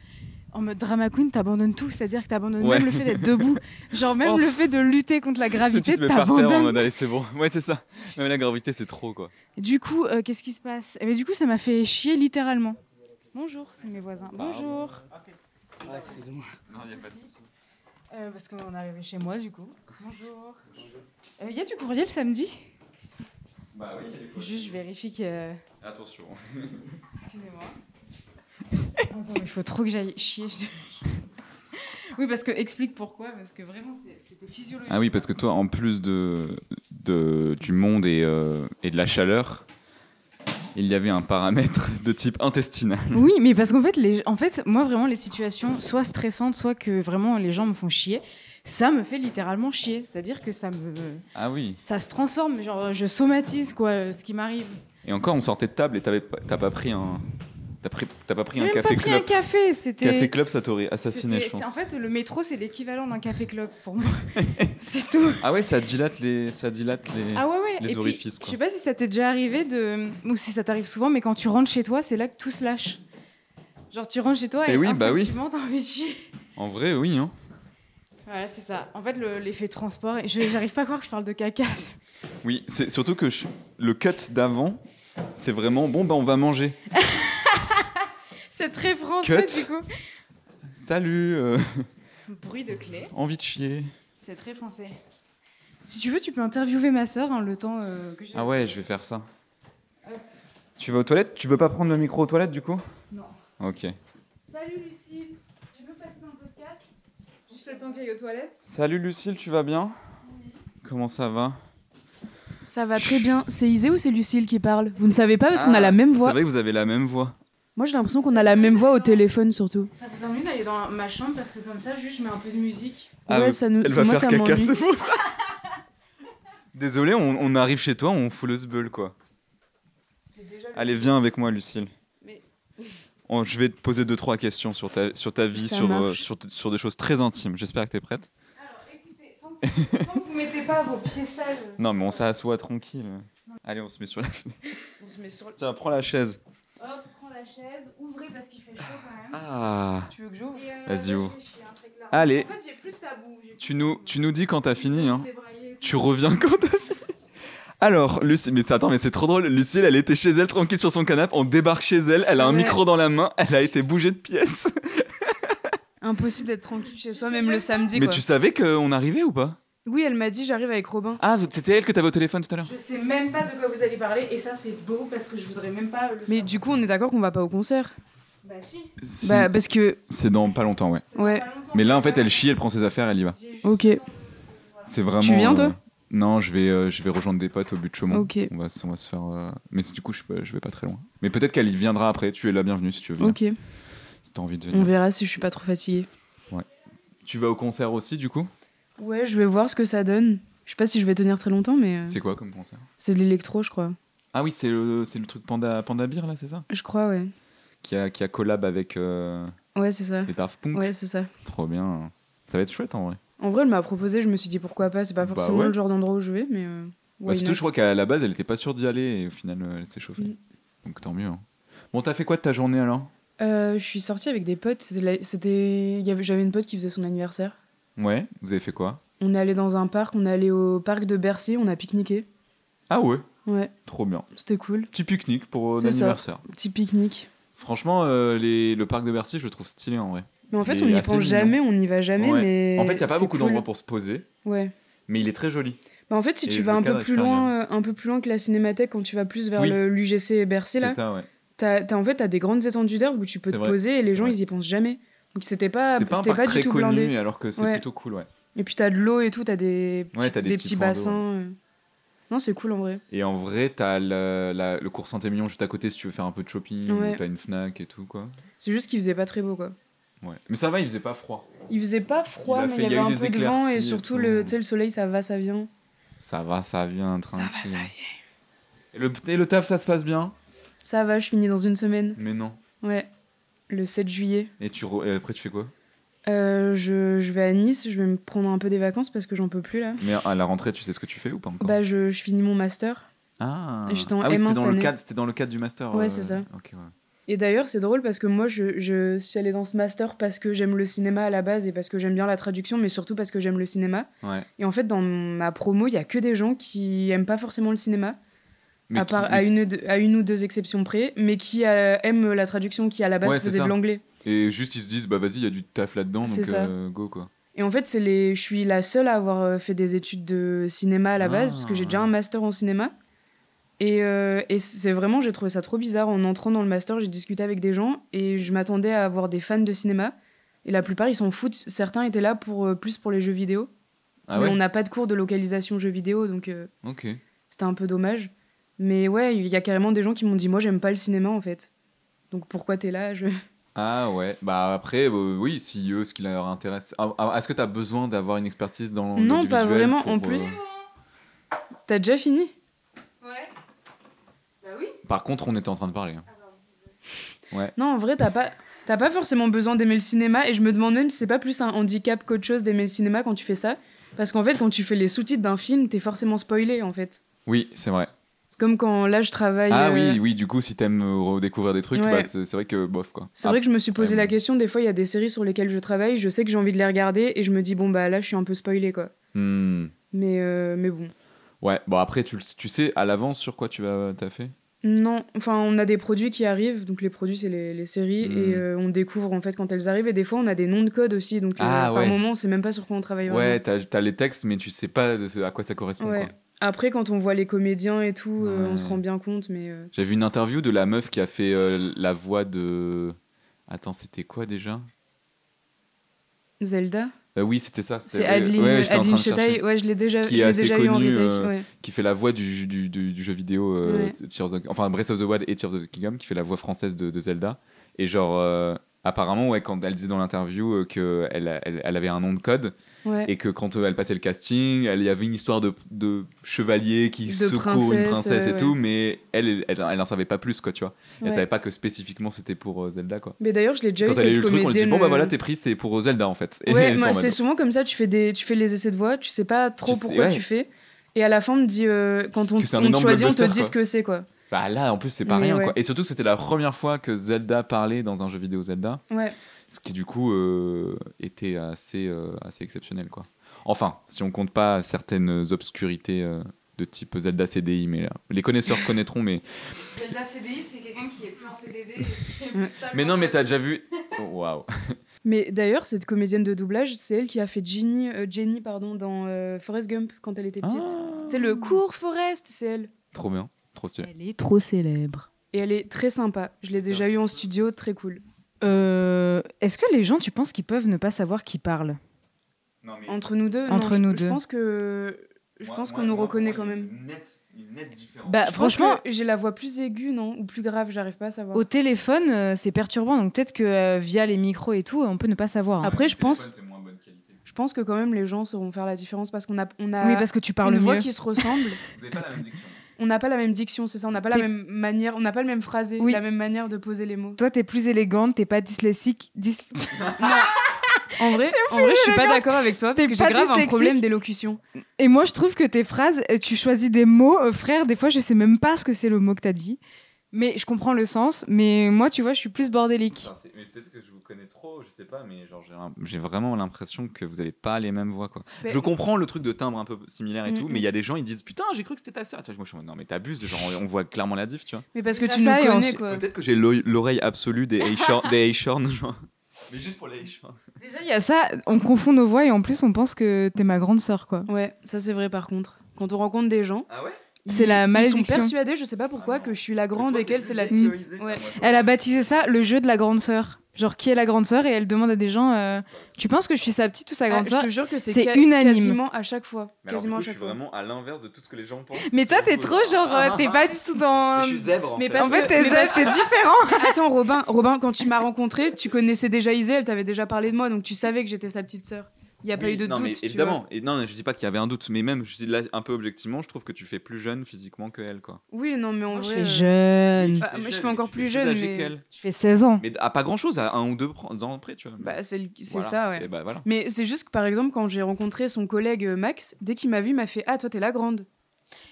S2: En mode drama queen, t'abandonnes tout, c'est-à-dire que t'abandonnes
S1: Ouais.
S2: même le fait d'être debout. Genre, même
S1: Oh.
S2: le fait de lutter contre la
S1: Tu sais,
S2: gravité,
S1: tu te mets par terre en
S2: t'abandonnes.
S1: mode allez c'est bon ouais c'est ça Non, mais la gravité c'est trop quoi
S2: Du coup, euh, qu'est-ce qui se passe Eh ben, Du coup, ça m'a fait chier littéralement. Bonjour, c'est mes voisins.
S1: Bah,
S2: Bonjour.
S4: Ah, excusez-moi.
S2: Euh, parce qu'on est arrivé chez moi, du coup. Bonjour. Il y a du courrier le samedi
S1: bah oui
S2: Juste, je vérifie que. euh,
S1: attention
S2: Excusez-moi. Attends, mais il faut trop que j'aille chier. je- oui, parce que explique pourquoi, parce que vraiment, c'est- c'était physiologique.
S1: ah oui parce que toi en plus de, de du monde et, euh, et de la chaleur il y avait un paramètre de type intestinal
S2: Oui, mais parce qu'en fait, les... en fait, moi, vraiment, les situations, soit stressantes, soit que vraiment les gens me font chier, ça me fait littéralement chier. C'est-à-dire que ça me.
S1: ah oui
S2: Ça se transforme, genre, je somatise, quoi, euh, ce qui m'arrive.
S1: et encore on sortait de table et t'avais pas- t'as pas pris un t'as pris- t'as pas pris
S2: J'ai
S1: un
S2: même
S1: café
S2: pas pris un
S1: club
S2: café, c'était.
S1: café club ça t'aurait assassiné
S2: C'était-
S1: je
S2: c'est-
S1: pense
S2: En fait, le métro, c'est l'équivalent d'un café club pour moi. c'est tout.
S1: ah ouais ça dilate les ça dilate les
S2: Ah ouais, ouais.
S1: les
S2: Et puis,
S1: orifices, quoi.
S2: Je sais pas si ça t'est déjà arrivé de. ou si ça t'arrive souvent, mais quand tu rentres chez toi, c'est là que tout se lâche. Genre, tu rentres chez toi et,
S1: Eh oui, bah oui.
S2: instinctivement, t'as envie de chier.
S1: en vrai oui hein
S2: Voilà, c'est ça. En fait, le- l'effet transport. et je- J'arrive pas à croire que je parle de caca.
S1: oui c'est surtout que je- le cut d'avant c'est vraiment bon bah on va manger
S2: C'est très français,
S1: Cut.
S2: du coup.
S1: salut euh,
S2: Bruit de clé.
S1: envie de chier
S2: C'est très français. Si tu veux, tu peux interviewer ma sœur hein, le temps euh, que j'ai.
S1: Ah ouais, je vais faire ça. Tu vas aux toilettes Tu veux pas prendre le micro aux toilettes du coup
S2: Non.
S1: Ok.
S2: Salut Lucille, tu veux passer dans le podcast Juste le temps que j'aille aux toilettes
S1: Salut Lucille, tu vas bien Comment ça va
S2: Ça va très bien. C'est Isée ou c'est Lucille qui parle Vous ne savez pas parce qu'on
S1: Ah,
S2: a la même
S1: C'est
S2: voix.
S1: vrai que vous avez la même voix.
S5: Moi, j'ai l'impression qu'on a la même voix au téléphone surtout.
S2: Ça vous ennuie d'aller dans ma chambre parce que comme ça, juste je mets un peu de musique.
S1: Ah,
S5: ouais,
S1: vous-
S5: ça nous.
S1: Elle va
S5: moi,
S1: faire
S5: ça
S1: caca,
S5: m'ennuie.
S1: c'est faux ça Désolé, on, on arrive chez toi, on fout le sbeul quoi. Allez, viens avec moi Lucille.
S2: Mais-
S1: Oh, je vais te poser deux trois questions sur ta, sur ta vie,
S5: Ça
S1: sur, euh,
S5: marche.
S1: sur, sur des choses très intimes. J'espère que t'es prête.
S2: Alors écoutez, tant que, tant que vous mettez pas vos pieds sales.
S1: Non mais on s'assoit tranquille. Allez, on se met sur la...
S2: On se met sur le.
S1: Tiens, prends la chaise.
S2: Hop, prends la chaise, ouvrez parce qu'il fait chaud quand même.
S1: Ah
S2: Tu veux que j'ouvre
S1: Vas-y, ouvre. Allez.
S2: hein, En fait, j'ai plus de tabou. j'ai plus
S1: Tu
S2: de
S1: nous,
S2: tabou.
S1: tu nous dis quand t'as fini, hein.
S2: Débrailler et tout.
S1: Tu reviens quand t'as fini. Alors, Lucille, mais c'est- attends, mais c'est trop drôle. Lucille, elle était chez elle, tranquille sur son canapé. On débarque chez elle, elle a un
S2: Ouais.
S1: micro dans la main, elle a été bougée de pièce.
S5: Impossible d'être tranquille chez soi,
S2: sais
S5: même
S2: même
S5: le
S2: pas.
S5: samedi.
S1: Mais
S5: quoi.
S1: tu savais qu'on arrivait ou pas
S5: Oui, elle m'a dit j'arrive avec Robin.
S1: Ah, vous- c'était elle que t'avais au téléphone tout à l'heure
S2: Je sais même pas de quoi vous allez parler et ça c'est beau parce que je voudrais même pas le.
S5: Mais
S2: savoir.
S5: du coup, on est d'accord qu'on va pas au concert.
S2: Bah si.
S1: Si,
S5: Bah, parce que.
S1: C'est dans pas longtemps, ouais.
S2: ça fait
S5: Ouais.
S2: pas longtemps
S1: Mais là,
S2: que
S1: en fait,
S2: j'ai
S1: elle chie, elle prend ses affaires, elle y va.
S2: juste
S5: Ok.
S2: le temps de-
S1: C'est vraiment.
S5: Tu viens, toi
S1: euh, Non, je vais, euh, je vais rejoindre des potes au but de Chaumont.
S5: Ok.
S1: On va, se- on va se faire. euh, Mais du coup, je, peux- je vais pas très loin. Mais peut-être qu'elle y viendra après. Tu es la bienvenue si tu veux venir.
S5: Ok. Mm.
S1: Si t'as envie de
S5: On
S1: venir.
S5: verra si je suis pas trop fatiguée.
S1: Tu vas au concert aussi, du coup
S5: Ouais, je vais voir ce que ça donne. Je sais pas si je vais tenir très longtemps, mais. euh,
S1: C'est quoi comme concert
S5: C'est de l'électro, je crois.
S1: Ah oui, c'est le, c'est le truc Panda, Panda Beer, là, c'est ça
S5: Je crois, ouais.
S1: qui a, qui a collab avec euh,
S5: Ouais, c'est ça.
S1: les Daft Punk.
S5: Ouais, c'est ça.
S1: Trop bien. Ça va être chouette en vrai.
S5: En vrai, elle m'a proposé, je me suis dit pourquoi pas. C'est pas
S1: Bah
S5: forcément
S1: ouais.
S5: le genre d'endroit où je vais, mais. euh,
S1: Bah,
S5: why
S1: surtout,
S5: not
S1: je crois qu'à la base, elle était pas sûre d'y aller et au final, euh, elle s'est chauffée.
S5: Mm.
S1: Donc tant mieux. hein. Bon, t'as fait quoi de ta journée alors
S5: Euh, je suis sortie avec des potes. c'était la- C'était, il y avait- j'avais une pote qui faisait son anniversaire.
S1: Ouais, vous avez fait quoi
S5: On est allé dans un parc, on est allé au parc de Bercy, on a pique-niqué.
S1: Ah ouais,
S5: Ouais,
S1: trop bien.
S5: c'était cool.
S1: Petit pique-nique pour euh,
S5: C'est ça.
S1: l'anniversaire.
S5: Petit pique-nique.
S1: Franchement, euh, les- le parc de Bercy, je le trouve stylé en vrai.
S5: Mais en fait,
S1: Il
S5: on
S1: est
S5: n'y
S1: assez
S5: pense
S1: mignon.
S5: jamais, on n'y va jamais,
S1: Ouais.
S5: mais.
S1: En fait, il n'y a pas
S5: c'est
S1: beaucoup
S5: cool.
S1: d'endroits pour se poser,
S5: Ouais.
S1: mais il est très joli.
S5: Bah, en fait, si
S1: Et
S5: tu
S1: le
S5: vas un peu
S1: cadre est
S5: plus
S1: super
S5: loin, euh, un peu plus loin que la cinémathèque, quand tu vas plus vers
S1: Oui.
S5: le l'UGC Bercy là,
S1: C'est ça, ouais.
S5: t'as- t'as- en fait, t'as des grandes étendues d'herbe où tu peux
S1: C'est
S5: te
S1: vrai.
S5: poser et les gens
S1: vrai.
S5: ils y pensent jamais. Donc c'était pas,
S1: C'est pas un
S5: Ah, c'était
S1: parc
S5: pas
S1: très
S5: du tout
S1: connu,
S5: blindé.
S1: alors que c'est
S5: Ouais.
S1: plutôt cool, ouais.
S5: Et puis t'as de l'eau et tout, t'as des petits,
S1: Ouais, t'as des
S5: des
S1: petits
S5: petits
S1: plans d'eau,
S5: bassins. euh. Non, c'est cool en vrai.
S1: Et en vrai, t'as le, la- le cours Saint-Émilion juste à côté si tu veux faire un peu de shopping,
S5: Ouais.
S1: ou t'as une Fnac et tout, quoi.
S5: C'est juste qu'il faisait pas très beau quoi.
S1: Ouais. Mais ça va, il faisait pas froid.
S5: Il faisait pas
S1: Il
S5: froid,
S1: a
S5: mais
S1: fait-
S5: il y
S1: il y
S5: avait
S1: a eu
S5: un
S1: des
S5: peu de vent
S1: éclaircies et
S5: et surtout
S1: tout.
S5: le, tu sais, le soleil ça va, ça vient.
S1: Ça va, ça vient,
S5: Ça va,
S1: tranquille.
S5: ça vient.
S1: Et le, et le taf, ça se passe bien
S5: Ça va, je finis dans une semaine.
S1: Mais non. Ouais.
S5: Ouais. Le 7 juillet.
S1: Et, tu re- et après, tu fais quoi
S5: Euh, je, je vais à Nice, je vais me prendre un peu des vacances parce que j'en peux plus là.
S1: Mais à la rentrée, tu sais ce que tu fais ou pas encore
S5: Bah, je, je finis mon master.
S1: Ah,
S5: j'étais en
S1: ah oui,
S5: M1
S1: c'était
S5: cette
S1: dans, le
S5: année.
S1: cadre- c'était dans le cadre du master. euh,
S5: Ouais, c'est ça.
S1: Ok, ouais.
S5: Et d'ailleurs, c'est drôle parce que moi, je, je suis allée dans ce master parce que j'aime le cinéma à la base et parce que j'aime bien la traduction, mais surtout parce que j'aime le cinéma.
S1: ouais.
S5: Et en fait, dans ma promo, il y a que des gens qui aiment pas forcément le cinéma,
S1: Mais
S5: à,
S1: qui-
S5: part, à, une, de- à une ou deux exceptions près, mais qui euh, aiment la traduction, qui à la base
S1: Ouais, c'est
S5: faisait
S1: ça.
S5: de l'anglais.
S1: Et juste, ils se disent, bah vas-y, il y a du taf là-dedans,
S5: C'est
S1: donc
S5: ça.
S1: euh, go, quoi.
S5: Et en fait, c'est les... je suis la seule à avoir euh, fait des études de cinéma à la base,
S1: Ah,
S5: parce que j'ai déjà
S1: ouais.
S5: un master en cinéma. Et, euh, et c'est vraiment, j'ai trouvé ça trop bizarre. En entrant dans le master, j'ai discuté avec des gens et je m'attendais à avoir des fans de cinéma. Et la plupart, ils s'en foutent. Certains étaient là pour, euh, plus pour les jeux vidéo.
S1: Ah
S5: mais
S1: ouais
S5: on n'a pas de cours de localisation jeux vidéo, donc euh,
S1: Ok.
S5: c'était un peu dommage. Mais ouais, il y a carrément des gens qui m'ont dit Moi, j'aime pas le cinéma en fait. Donc pourquoi t'es là je...
S1: Ah ouais, bah après, euh, oui, si eux, ce qui leur intéresse. Ah, ah, Est-ce que t'as besoin d'avoir une expertise dans
S5: Non, pas
S1: l'audiovisuel
S5: vraiment.
S1: pour,
S5: En
S1: euh,
S5: plus, t'as déjà fini
S6: Ouais.
S1: Par contre, on était en train de parler. hein.
S5: Non, en vrai, t'as pas, t'as pas forcément besoin d'aimer le cinéma. Et je me demande même si c'est pas plus un handicap qu'autre chose d'aimer le cinéma quand tu fais ça. Parce qu'en fait, quand tu fais les sous-titres d'un film, t'es forcément spoilé, en fait.
S1: Oui, c'est vrai.
S5: C'est comme quand, là, je travaille...
S1: Ah
S5: euh,
S1: oui, oui, du coup, si t'aimes euh, redécouvrir des trucs,
S5: Ouais.
S1: bah, c'est c'est vrai que bof, quoi.
S5: C'est
S1: Ah,
S5: vrai que je me suis posé
S1: ouais.
S5: la question, des fois, il y a des séries sur lesquelles je travaille, je sais que j'ai envie de les regarder, et je me dis, bon, bah là, je suis un peu spoilé, quoi.
S1: hmm.
S5: Mais, euh, mais bon.
S1: Ouais, bon après, tu, le- tu sais à l'avance sur quoi tu vas taffer
S5: Non, enfin, on a des produits qui arrivent, donc les produits, c'est les, les séries,
S1: Mm.
S5: et euh, on découvre, en fait, quand elles arrivent, et des fois, on a des noms de code aussi, donc euh,
S1: Ah,
S5: par
S1: ouais.
S5: moment, on sait même pas sur quoi on travaille vraiment.
S1: Ouais, t'as t'as les textes, mais tu sais pas de ce- à quoi ça correspond.
S5: Ouais.
S1: quoi.
S5: Après, quand on voit les comédiens et tout, euh,
S1: Ouais.
S5: on se rend bien compte, mais euh,
S1: J'ai vu une interview de la meuf qui a fait euh, la voix de. Attends, c'était quoi déjà
S5: Zelda,
S1: Euh, Oui, c'était ça. c'était-
S5: c'est
S1: ouais,
S5: Adeline,
S1: ouais, j'étais en train
S5: Adeline
S1: de chercher.
S5: Chetaille. Ouais, je l'ai déjà,
S1: Qui
S5: je
S1: est
S5: l'ai
S1: assez
S5: déjà eu en
S1: connue,
S5: retake.
S1: euh,
S5: ouais.
S1: qui fait la voix du, du, du- du jeu vidéo euh,
S5: Ouais.
S1: Tears of- enfin Breath of the Wild et Tears of the Kingdom, qui fait la voix française de, de Zelda. Et genre, euh, apparemment, ouais, quand elle disait dans l'interview qu'elle elle, elle avait un nom de code
S5: Ouais.
S1: et que quand euh, elle passait le casting, elle il y avait une histoire de, de chevalier qui
S5: De
S1: secourt une
S5: princesse,
S1: princesse et
S5: euh,
S1: tout, mais elle, elle, elle, elle en savait pas plus, quoi, tu vois. Elle
S5: Ouais.
S1: savait pas que spécifiquement c'était pour euh, Zelda, quoi.
S5: Mais d'ailleurs, je l'ai déjà
S1: Quand
S5: eu
S1: elle a eu
S5: cette
S1: le truc, on lui dit
S5: comédienne,
S1: bon bah voilà,
S5: euh,
S1: t'es pris, c'est pour Zelda en fait.
S5: Ouais,
S1: elle était en
S5: moi,
S1: mode,
S5: c'est souvent comme ça. Tu fais des, tu fais les essais de voix, tu sais pas trop
S1: sais-
S5: pourquoi
S1: ouais.
S5: tu fais. Et à la fin, on te dit euh,
S1: Parce
S5: quand on,
S1: que c'est un
S5: on te
S1: énorme
S5: choisit, on te
S1: blockbuster,
S5: dit
S1: quoi.
S5: ce que c'est quoi.
S1: Bah là, en plus, c'est pas
S5: Mais
S1: rien,
S5: ouais.
S1: quoi. Et surtout que c'était la première fois que Zelda parlait dans un jeu vidéo Zelda,
S5: Ouais.
S1: ce qui, du coup, euh, était assez, euh, assez exceptionnel, quoi. Enfin, si on compte pas certaines obscurités euh, de type Zelda CDI, mais euh, les connaisseurs connaîtront, mais...
S6: Zelda CDI, c'est quelqu'un qui est plus en CDD. et qui est
S5: Ouais.
S6: plus stable.
S1: Mais non, mais t'as déjà vu... Oh, Waouh.
S5: Mais d'ailleurs, cette comédienne de doublage, c'est elle qui a fait Ginny, euh, Jenny pardon, dans euh, Forrest Gump quand elle était petite.
S1: Ah,
S5: C'est le cours Forrest, c'est elle.
S1: trop bien, trop stylé.
S6: Elle est trop célèbre.
S5: Et elle est très sympa. Je l'ai déjà eu en studio, très cool.
S6: Euh, Est-ce que les gens, tu penses qu'ils peuvent ne pas savoir qui parle
S5: Entre nous deux
S6: Entre
S5: non, je-
S6: nous
S5: Je
S6: deux.
S5: pense que je pense qu'on nous reconnaît quand même.
S6: Bah,
S5: Je pense
S6: franchement,
S5: que j'ai la voix plus aiguë, non Ou plus grave, j'arrive pas à savoir.
S6: au téléphone, euh, c'est perturbant. Donc peut-être que euh, via les micros et tout, on peut ne pas savoir. hein.
S5: Après, je pense, je pense que quand même les gens sauront faire la différence parce qu'on a, on a
S6: oui, parce que tu parles
S5: une voix
S6: mieux.
S5: qui se ressemble.
S1: Vous avez pas la même diction.
S5: on n'a pas la même diction, c'est ça On n'a pas la
S6: T'es-
S5: même manière, on n'a pas le même phrasé,
S6: Oui.
S5: la même manière de poser les mots.
S6: Toi, t'es plus élégante, t'es pas dyslexique. dys-
S5: En vrai, en vrai je suis pas d'accord avec toi parce
S6: T'es
S5: que j'ai
S6: pas
S5: grave un
S6: dyslexique.
S5: problème d'élocution.
S6: Et moi, je trouve que tes phrases, euh, tu choisis des mots, euh, frère. Des fois, je sais même pas ce que c'est le mot que t'as dit.
S2: Mais je comprends le sens, mais moi, tu vois, je suis plus bordélique.
S1: Enfin, c'est- mais peut-être que je vous connais trop, je sais pas, mais genre j'ai l'im- j'ai vraiment l'impression que vous n'avez pas les mêmes voix quoi.
S2: Mais-
S1: Je comprends le truc de timbre un peu similaire et
S2: Mm,
S1: tout,
S2: mm.
S1: mais il y a des gens ils disent putain j'ai cru que c'était ta sœur. Et toi, Moi je suis en mode, non mais t'abuses, genre on, on voit clairement la diff tu vois.
S5: Mais parce que
S2: Déjà
S5: tu nous
S2: ça, et
S5: connais,
S2: ensuite-
S5: quoi.
S1: Peut-être que j'ai l'oeil- l'oreille absolue des Eichhorn, des Eichhorn, genre. Mais juste pour les Eichhorn.
S2: Déjà, il y a ça, on confond nos voix et en plus, on pense que t'es ma grande sœur, quoi.
S5: Ouais, ça c'est vrai par contre. Quand on rencontre des gens,
S1: Ah ouais
S2: C'est la
S5: ils sont
S2: malédiction.
S5: persuadés, je sais pas pourquoi,
S1: Ah non.
S5: que je suis la grande
S1: Toi,
S5: et
S1: t'es
S5: qu'elle
S1: plus
S5: c'est la
S1: vieille,
S5: petite.
S1: théorisée.
S5: Ouais.
S1: Ah, moi, je
S2: Elle
S1: vois.
S2: a baptisé ça le jeu de la grande sœur. Genre, qui est la grande sœur Et elle demande à des gens euh, Tu penses que je suis sa petite ou sa
S5: Ah,
S2: grande
S5: je
S2: sœur
S5: te jure que c'est
S2: c'est
S5: ca-
S2: unanime.
S5: quasiment à chaque fois.
S1: Mais alors, du
S5: quasiment
S1: coup,
S5: à
S1: je
S5: chaque
S1: suis
S5: fois.
S1: vraiment à l'inverse de tout ce que les gens pensent.
S2: Mais toi,
S1: C'est
S2: t'es
S1: fou,
S2: trop genre, euh, t'es pas du tout dans.
S1: Mais je suis zèbre. en
S5: euh, Mais
S1: fait.
S5: parce
S2: En fait,
S5: que-
S2: t'es
S5: mais parce
S2: zèbre, t'es différent.
S5: Attends, Robin, Robin, quand tu m'as rencontré, tu connaissais déjà Isée, elle t'avait déjà parlé de moi, donc tu savais que j'étais sa petite sœur. Il n'y a pas
S1: Oui,
S5: eu de
S1: non,
S5: doute.
S1: mais
S5: tu vois.
S1: évidemment. Et non, je dis pas qu'il y avait un doute, mais même, je dis là, un peu objectivement, je trouve que tu fais plus jeune physiquement que elle, quoi.
S5: Oui, non, mais en
S2: Oh, Je
S5: vrai.
S2: suis
S5: euh,
S2: jeune.
S1: Tu
S5: Bah, moi, je
S1: jeune,
S5: suis encore
S1: tu
S5: plus
S1: fais
S5: jeune,
S1: âgée
S5: mais-
S1: qu'elle.
S2: Je fais 16 ans.
S1: Mais à pas grand chose, à un ou deux pr- ans près, tu vois.
S5: Bah, c'est le- c'est
S1: Voilà.
S5: ça, ouais.
S1: Et bah voilà.
S5: Mais c'est juste que par exemple, quand j'ai rencontré son collègue euh, Max, dès qu'il m'a vu, il m'a fait Ah, toi, t'es la grande.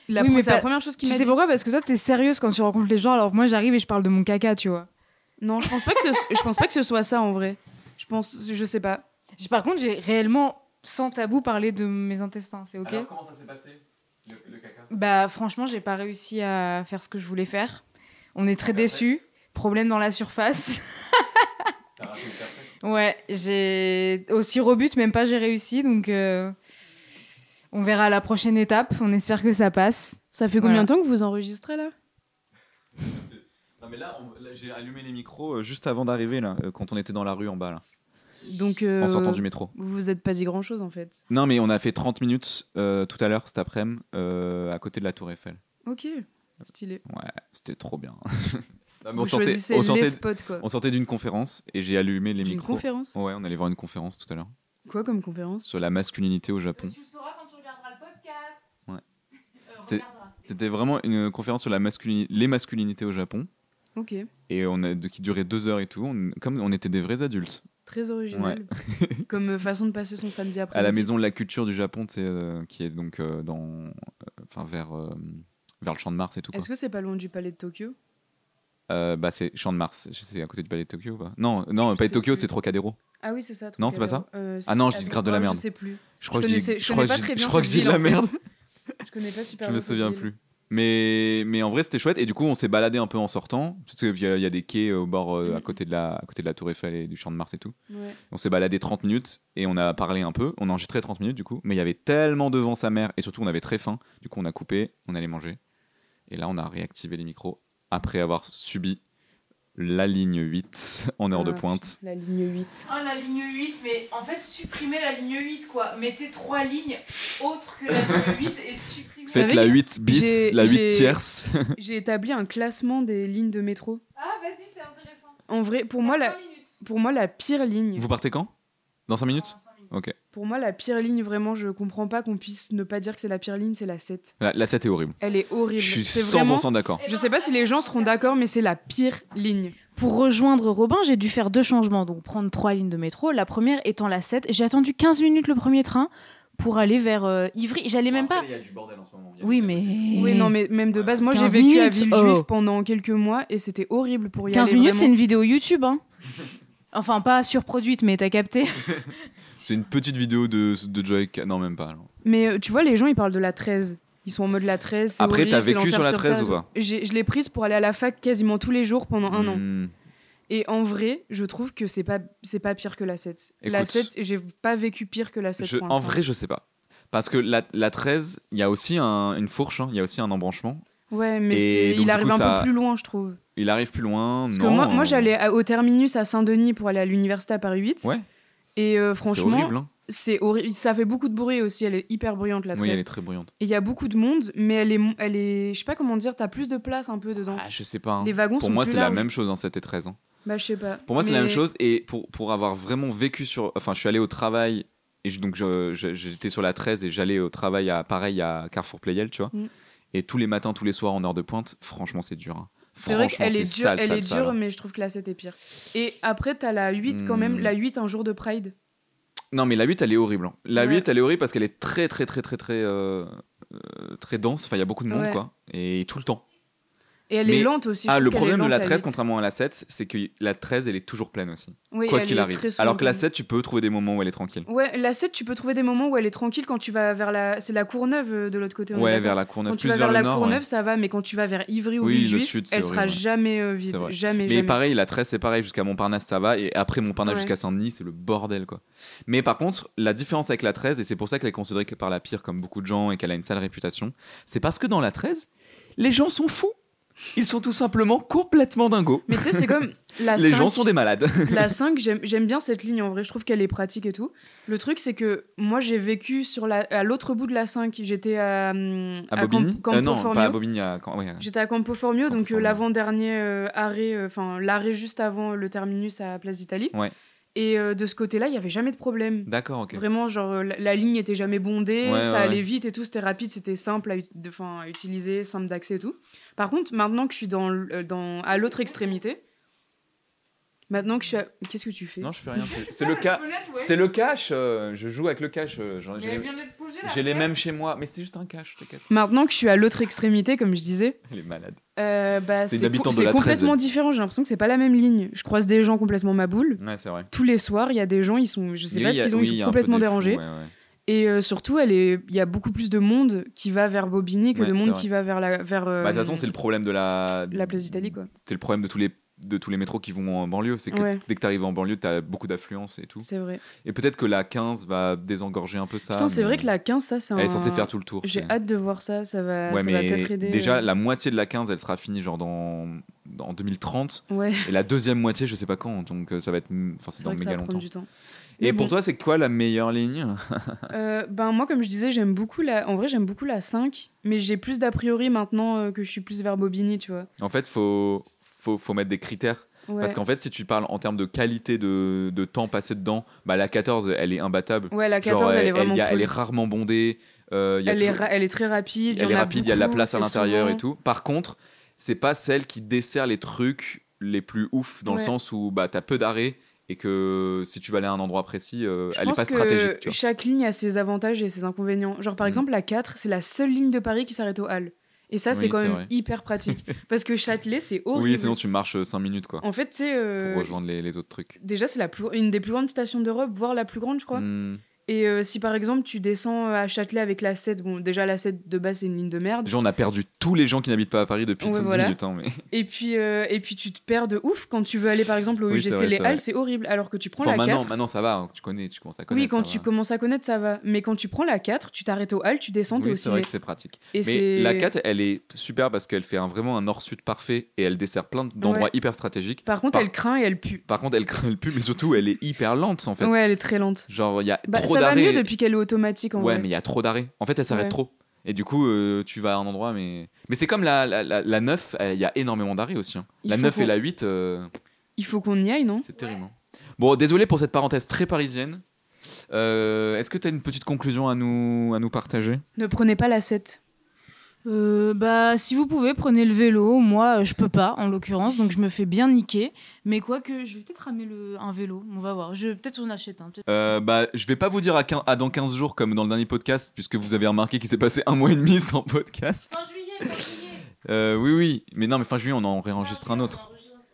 S5: La
S2: Oui,
S5: pre-
S2: mais
S5: c'est
S2: pas-
S5: la première chose
S2: Tu
S5: qu'il m'a
S2: sais
S5: dit.
S2: pourquoi Parce que toi, t'es sérieuse quand tu rencontres les gens, alors que moi, j'arrive et je parle de mon caca, tu vois.
S5: Non, je pense pas que ce, je pense pas que ce soit ça en vrai. Je pense, je sais pas.
S2: J'ai- Par contre, j'ai réellement, sans tabou, parlé de mes intestins, c'est ok
S1: comment ça s'est passé le, caca
S2: Bah, franchement, j'ai pas réussi à faire ce que je voulais faire. On est très déçus. Problème dans la surface. Ouais, j'ai. Aussi rebute, même pas, j'ai réussi, donc. euh, On verra à la prochaine étape. On espère que ça passe.
S5: Ça fait
S2: combien de
S5: temps que vous enregistrez là
S1: Non, mais là, on- là, j'ai allumé les micros euh, juste avant d'arriver, là, euh, quand on était dans la rue en bas, là,
S5: Donc, euh,
S1: en sortant du métro.
S5: vous vous êtes pas dit grand chose en fait.
S1: Non, mais on a fait 30 minutes euh, tout à l'heure, cet après-midi, euh, à côté de la Tour Eiffel.
S5: Ok, stylé.
S1: Ouais, c'était trop bien. Non, mais
S5: vous choisissez
S1: on
S5: les
S1: sortait-
S5: spots quoi.
S1: on sortait d'une conférence et j'ai allumé les
S5: D'une
S1: micros.
S5: conférence.
S1: Ouais, on allait voir une conférence tout à l'heure
S5: Quoi comme conférence
S1: sur la masculinité au Japon.
S7: Tu le sauras quand tu regarderas le podcast. Euh,
S1: Ouais. C'est-
S7: C'est
S1: C'était vraiment une conférence sur la masculini- les masculinités au Japon
S5: Ok,
S1: et on a de- qui durait deux heures et tout. On- comme on était des vrais adultes.
S5: très original. comme euh, façon de passer son samedi après.
S1: À la maison de la culture du Japon, tu sais, euh, qui est donc euh, dans, euh, enfin vers euh, vers le Champ de Mars et tout. Quoi.
S5: Est-ce que c'est pas loin du palais de Tokyo
S1: Euh, bah c'est Champ de Mars. Je sais, C'est à côté du palais de Tokyo ou pas Non, non,
S5: Je
S1: palais
S5: sais
S1: de Tokyo,
S5: plus.
S1: c'est Trocadéro.
S5: Ah oui, c'est ça.
S1: Non, c'est pas ça
S5: Trocadéro. Euh,
S1: Ah
S5: si-
S1: non, je dis
S5: attends,
S1: grave de la
S5: ah,
S1: merde.
S5: Je sais plus.
S1: Je crois
S5: Je
S1: que je
S5: connaissais-
S1: dis,
S5: je
S1: je crois
S5: connais
S1: que
S5: pas
S1: je
S5: très
S1: dis-
S5: bien
S1: je crois que
S5: cette
S1: je dis de la
S5: ville, en
S1: merde.
S5: Je connais pas super
S1: Je me
S5: bien cette
S1: souviens
S5: ville.
S1: plus. Mais, mais en vrai, c'était chouette. Et du coup, on s'est baladé un peu en sortant. Parce qu'il y, a- il y a des quais au bord, euh, à,
S5: Mhm.
S1: côté de la, à côté de la Tour Eiffel et du Champ de Mars et tout.
S5: Ouais.
S1: On s'est baladé 30 minutes et on a parlé un peu. On a enregistré 30 minutes du coup. Mais il y avait tellement de vent sa mère. Et surtout, on avait très faim. Du coup, on a coupé, on allait manger. Et là, on a réactivé les micros après avoir subi la ligne 8 en heure de
S5: Ah,
S1: pointe.
S5: La ligne 8.
S7: Ah, la ligne 8, mais en fait, supprimez la ligne 8, quoi. Mettez trois lignes autres que la ligne 8 et supprimez.
S1: Peut-être
S5: savez
S1: la
S5: que
S1: 8 bis,
S5: j'ai-
S1: la 8
S5: j'ai-
S1: tierce.
S5: J'ai établi un classement des lignes de métro.
S7: Ah, vas-y, c'est intéressant.
S5: En vrai, pour moi, la,
S7: Cinq minutes.
S5: pour moi, la pire ligne.
S1: Vous partez quand Dans 5 minutes
S7: Non, cinq minutes.
S1: Ok.
S5: Pour moi, la pire ligne, vraiment, je comprends pas qu'on puisse ne pas dire que c'est la pire ligne, c'est la 7.
S1: La, la 7 est horrible.
S5: Elle est horrible.
S1: Je suis
S5: C'est vraiment.
S1: 100% d'accord.
S5: Je sais pas si les gens seront d'accord, mais c'est la pire ligne.
S2: Pour rejoindre Robin, j'ai dû faire deux changements, donc prendre trois lignes de métro. La première étant la 7. J'ai attendu 15 minutes le premier train pour aller vers euh, Ivry. J'allais même pas.
S1: Il y a du bordel en ce moment.
S2: Oui, mais.
S5: Oui, non, mais même de base, moi, j'ai
S2: 15
S5: vécu à
S2: minutes,
S5: Villejuif
S2: oh.
S5: pendant quelques mois et c'était horrible pour y
S2: 15
S5: aller.
S2: minutes, c'est
S5: vraiment.
S2: une vidéo YouTube, hein. Enfin, pas surproduite, mais t'as capté.
S1: C'est une petite vidéo de, de Joy. Ca- Non, même pas. genre.
S5: Mais euh, tu vois, les gens, ils parlent de la 13. Ils sont en mode la 13. c'est
S1: Après,
S5: horrible,
S1: t'as
S5: c'est
S1: vécu
S5: l'enfer
S1: sur la
S5: Terre
S1: 13
S5: et
S1: ou
S5: tout.
S1: pas
S5: J'ai- Je l'ai prise pour aller à la fac quasiment tous les jours pendant un an.
S1: Hmm.
S5: Et en vrai, je trouve que c'est pas c'est pas pire que la 7. la
S1: Écoute.
S5: 7, j'ai pas vécu pire que la 7
S1: Je-
S5: pour
S1: en
S5: l'instant.
S1: vrai, je sais pas. Parce que la, la 13, il y a aussi un- une fourche, hein, il y a aussi un embranchement.
S5: Ouais, mais
S1: Et
S5: c'est-
S1: donc,
S5: il
S1: du
S5: arrive
S1: coup,
S5: un
S1: ça-
S5: peu plus loin, je trouve.
S1: Il arrive plus loin.
S5: Parce
S1: non,
S5: que moi, moi
S1: euh,
S5: j'allais à- au terminus à Saint-Denis pour aller à l'université à Paris 8.
S1: Ouais.
S5: Et euh,
S1: C'est
S5: franchement,
S1: horrible. hein.
S5: c'est horrible. Ça fait beaucoup de bruit aussi, elle est hyper bruyante la 13.
S1: Oui, elle est très bruyante.
S5: Et il y a beaucoup de monde, mais elle est, mon- elle est, je sais pas comment dire, t'as plus de place un peu dedans.
S1: Ah, je sais pas. hein.
S5: Les wagons
S1: Pour
S5: sont
S1: moi,
S5: plus
S1: c'est la
S5: larges.
S1: même chose, en 7 et 13. hein.
S5: Bah, je sais pas.
S1: Pour moi, c'est la
S5: Mais-
S1: même chose. Et pour, pour avoir vraiment vécu sur. Enfin, je suis allé au travail. Et je- donc, je- je- j'étais sur la 13 et j'allais au travail à pareil à Carrefour Playel, tu vois.
S5: Mm.
S1: Et tous les matins, tous les soirs en heure de pointe, franchement, c'est dur. hein.
S5: C'est vrai
S1: Franchement,
S5: qu'elle est,
S1: c'est
S5: dure,
S1: sale,
S5: elle
S1: sale,
S5: est
S1: sale,
S5: dure,
S1: hein.
S5: mais je trouve que la 7 est pire. Et après, t'as la 8 quand
S1: Hmm.
S5: même, la 8 un jour de Pride.
S1: Non, mais la 8, elle est horrible. hein. La
S5: Ouais.
S1: 8, elle est horrible parce qu'elle est très, très, très, très, très, euh, euh, très dense. Enfin, il y a beaucoup de monde,
S5: Ouais.
S1: quoi. Et tout le temps.
S5: Et elle
S1: Mais-
S5: est lente aussi. je
S1: Ah,
S5: trouve
S1: le
S5: qu'elle est
S1: problème de
S5: lente,
S1: la 13,
S5: huit.
S1: contrairement à la 7, c'est que la 13, elle est toujours pleine aussi.
S5: Oui,
S1: quoi
S5: elle
S1: qu'il
S5: est
S1: arrive.
S5: très souvent
S1: Alors que la
S5: pleine.
S1: 7, tu peux trouver des moments où elle est tranquille.
S5: Ouais, la 7, tu peux trouver des moments où elle est tranquille quand tu vas vers la. C'est la Courneuve euh, de l'autre côté. on est
S1: Ouais,
S5: d'accord
S1: vers la
S5: Quand
S1: Courneuve,
S5: tu
S1: plus
S5: vas
S1: vers
S5: vers la
S1: le nord. ouais.
S5: Courneuve, ça va, mais quand tu vas vers Ivry ou
S1: Oui, le
S5: Villejuif,
S1: sud, c'est
S5: elle sera
S1: horrible, ouais.
S5: jamais euh, vide.
S1: C'est vrai.
S5: Jamais,
S1: Mais
S5: jamais.
S1: pareil, la 13, c'est pareil, jusqu'à Montparnasse, ça va. Et après Montparnasse
S5: Ouais.
S1: jusqu'à Saint-Denis, c'est le bordel, quoi. Mais par contre, la différence avec la 13, et c'est pour ça qu'elle est considérée que par la pire, comme beaucoup de gens, et qu'elle a une sale réputation, c'est parce que dans la 13, les gens sont fous. Ils sont tout simplement complètement dingos.
S5: Mais tu sais, c'est comme la
S1: Les
S5: 5,
S1: gens sont des malades.
S5: la 5, j'aime- j'aime bien cette ligne en vrai, je trouve qu'elle est pratique et tout. Le truc, c'est que moi, j'ai vécu sur la, à l'autre bout de la 5, j'étais à, hum,
S1: À
S5: à
S1: Bobigny
S5: Camp- Campo
S1: Euh, Non,
S5: Formio.
S1: pas à Bobigny, à Cam- ouais,
S5: J'étais à Campo Formio,
S1: Campo
S5: donc euh,
S1: Formio.
S5: l'avant-dernier euh, arrêt, euh, enfin l'arrêt juste avant le terminus à Place d'Italie.
S1: Ouais.
S5: Et euh, de ce côté-là, il n'y avait jamais de problème.
S1: D'accord, ok.
S5: Vraiment, genre, euh, la, la ligne était jamais bondée,
S1: Ouais,
S5: ça
S1: ouais,
S5: allait
S1: ouais.
S5: vite et tout, c'était rapide, c'était simple à, ut- de- 'fin, à utiliser, simple d'accès et tout. Par contre, maintenant que je suis dans, l- euh, dans, à l'autre extrémité, maintenant que je suis à... Qu'est-ce que tu fais
S1: Non, je fais rien. c'est- C'est le cas. C'est le cash. euh, je joue avec le cash. euh, j'en- J'ai les- j'ai les mêmes chez moi, mais c'est juste un cash, t'inquiète.
S5: Maintenant que je suis à l'autre extrémité, comme je disais,
S1: Elle est malade.
S5: euh, bah,
S1: C'est une
S5: c'est
S1: habitante
S5: co-
S1: de
S5: c'est
S1: la 13e.
S5: complètement différent, j'ai l'impression que c'est pas la même ligne. Je croise des gens complètement ma boule.
S1: Ouais, c'est vrai. euh,
S5: Tous les soirs, il y a des gens, ils sont, je sais pas ce qu'ils ont, ils sont complètement dérangés. Et euh, surtout, elle est- il y a beaucoup plus de monde qui va vers Bobigny que
S1: Ouais,
S5: de
S1: c'est
S5: monde
S1: vrai.
S5: qui va vers la vers. euh,
S1: Bah, de toute façon, c'est le problème de la.
S5: la place d'Italie quoi.
S1: C'est le problème de tous les de tous les métros qui vont en banlieue, c'est que
S5: Ouais.
S1: dès que t'arrives en banlieue, t'as beaucoup d'affluence et tout.
S5: C'est vrai.
S1: Et peut-être que la 15 va désengorger un peu ça.
S5: Putain, c'est
S1: mais
S5: vrai que la 15 ça c'est un.
S1: Elle est censée faire tout le tour.
S5: J'ai
S1: c'est-
S5: hâte de voir ça, ça va,
S1: Ouais,
S5: ça va peut-être
S1: mais
S5: aider.
S1: déjà,
S5: euh.
S1: la moitié de la 15, elle sera finie genre dans, en 2030.
S5: Ouais.
S1: Et la deuxième moitié, je sais pas quand. Donc euh, ça va être. Enfin, c'est
S5: C'est
S1: dans
S5: vrai que ça
S1: méga
S5: va prendre
S1: longtemps.
S5: du temps.
S1: Et
S5: Mais
S1: pour
S5: bon.
S1: toi, c'est quoi la meilleure ligne
S5: Euh, ben moi comme je disais j'aime beaucoup la en vrai j'aime beaucoup la 5 mais j'ai plus d'a priori maintenant euh, que je suis plus vers Bobigny tu vois.
S1: En fait, faut, faut, faut mettre des critères.
S5: Ouais.
S1: Parce qu'en fait, si tu parles en termes de qualité de, de temps passé dedans, bah, la 14, elle est imbattable.
S5: Ouais, la
S1: Genre,
S5: 14 elle, est vraiment
S1: y a-
S5: cool.
S1: elle est rarement bondée. euh, il y a
S5: Elle est
S1: toujours-
S5: ra- elle est très rapide,
S1: elle
S5: y
S1: est
S5: en a
S1: rapide, il y a de la
S5: beaucoup,
S1: place à
S5: c'est
S1: l'intérieur et tout.
S5: souvent-
S1: Par contre, c'est pas celle qui dessert les trucs les plus ouf dans le
S5: Ouais.
S1: sens où bah, t'as peu d'arrêts et que si tu vas aller à un endroit précis, euh,
S5: Je
S1: elle est
S5: pense
S1: pas
S5: que
S1: stratégique. Tu vois.
S5: Chaque ligne a ses avantages et ses inconvénients. Genre, par
S1: Mm.
S5: exemple, la 4, c'est la seule ligne de Paris qui s'arrête aux Halles. Et ça, c'est
S1: Oui,
S5: quand
S1: c'est
S5: même
S1: vrai.
S5: hyper pratique. parce que Euh, Châtelet, c'est horrible.
S1: Oui, sinon tu marches 5 minutes quoi,
S5: En fait, c'est.
S1: pour rejoindre les, les autres trucs.
S5: Déjà, c'est la plus- une des plus grandes stations d'Europe, voire la plus grande, je crois.
S1: Hmm.
S5: Et euh, si par exemple, tu descends euh, à Châtelet avec la 7, bon, déjà, la 7 de base, c'est une ligne de merde.
S1: Déjà, on a perdu tous les gens qui n'habitent pas à Paris depuis
S5: Ouais,
S1: 10
S5: voilà.
S1: minutes. hein, mais...
S5: Et puis, euh, et puis, tu te perds de ouf quand tu veux aller par exemple au
S1: Oui, c'est
S5: UGC
S1: vrai,
S5: Les
S1: c'est vrai.
S5: Halles, c'est horrible. Alors que tu prends
S1: Enfin,
S5: la
S1: maintenant,
S5: 4.
S1: maintenant ça va, hein, tu connais, tu commences à connaître.
S5: Oui, quand
S1: ça
S5: tu
S1: va.
S5: commences à connaître, ça va. Mais quand tu prends la 4, tu t'arrêtes aux Halles, tu descends, t'es
S1: Oui,
S5: au
S1: c'est vrai
S5: ciné.
S1: que c'est pratique.
S5: Et
S1: Mais
S5: c'est-
S1: la 4, elle est super parce qu'elle fait un- vraiment un nord-sud parfait et elle dessert plein d'endroits
S5: Ouais.
S1: hyper stratégiques.
S5: Par contre,
S1: Par-
S5: elle craint et elle pue.
S1: Par contre, elle craint le pub, mais surtout, elle est hyper lente en fait.
S5: Ouais, elle est très lente.
S1: Genre, il y a
S5: Bah,
S1: trop
S5: ça va mieux
S1: d'arrêts.
S5: depuis qu'elle est automatique en
S1: Ouais,
S5: vrai.
S1: mais il y a trop d'arrêts. En fait, elle s'arrête
S5: Ouais.
S1: trop. Et du coup, euh, tu vas à un endroit, mais. Mais c'est comme la, la, la, la 9, euh, il y a énormément d'arrêts aussi. hein.
S5: Il
S1: La
S5: faut
S1: 9 et
S5: qu'on-
S1: la 8, euh,
S5: Il faut qu'on y aille, non
S1: c'est terrible. hein. Bon, désolé pour cette parenthèse très parisienne. Euh, Est-ce que tu as une petite conclusion à nous, à nous partager
S5: Ne prenez pas la 7.
S6: Euh, bah, si vous pouvez, prenez le vélo. Moi, euh, je peux pas, en l'occurrence, donc je me fais bien niquer. Mais quoique, je vais peut-être ramener le... un vélo. On va voir. Je... Peut-être on achète
S2: hein.
S6: un. peut-être.
S1: Euh, bah, je vais pas vous dire à, quin- à dans 15 jours comme dans le dernier podcast, puisque vous avez remarqué qu'il s'est passé un mois et demi sans podcast. Euh, oui, oui, mais non, mais fin juillet, on en réenregistre un autre.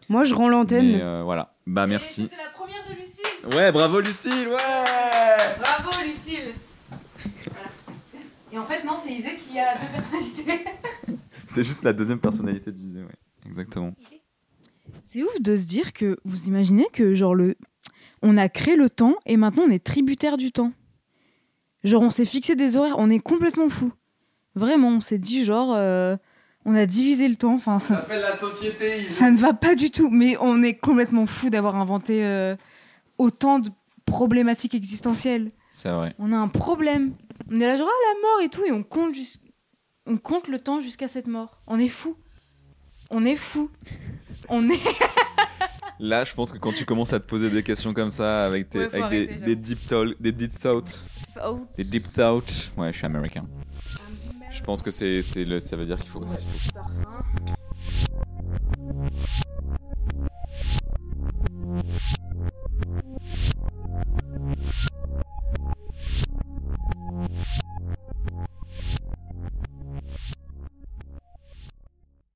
S5: Moi, je rends l'antenne.
S1: Mais, euh, voilà, bah merci.
S2: C'était la première de Lucille.
S1: Ouais, bravo Lucille, ouais
S2: Bravo Lucille. Voilà. Et en fait non, c'est Isée qui a deux personnalités.
S1: C'est juste la deuxième personnalité divisée, ouais. Exactement.
S6: C'est ouf de se dire que vous imaginez que genre le on a créé le temps et maintenant on est tributaire du temps. Genre on s'est fixé des horaires, on est complètement fou. Vraiment, on s'est dit genre euh, on a divisé le temps, enfin ça,
S1: s'appelle la société,
S6: ça ne va pas du tout, mais on est complètement fou d'avoir inventé euh, autant de problématiques existentielles.
S1: C'est vrai.
S6: On a un problème. On est là genre ah la mort et tout et on compte jus- on compte le temps jusqu'à cette mort. On est fou. On est fou. On est
S1: Là, je pense que quand tu commences à te poser des questions comme ça, avec, tes,
S2: Ouais, faut
S1: avec des,
S2: arrêter,
S1: des deep tol- des deep thoughts, des deep thoughts, ouais, je suis américain. Je pense que c'est, c'est le, ça veut dire qu'il faut aussi.
S6: Parfum.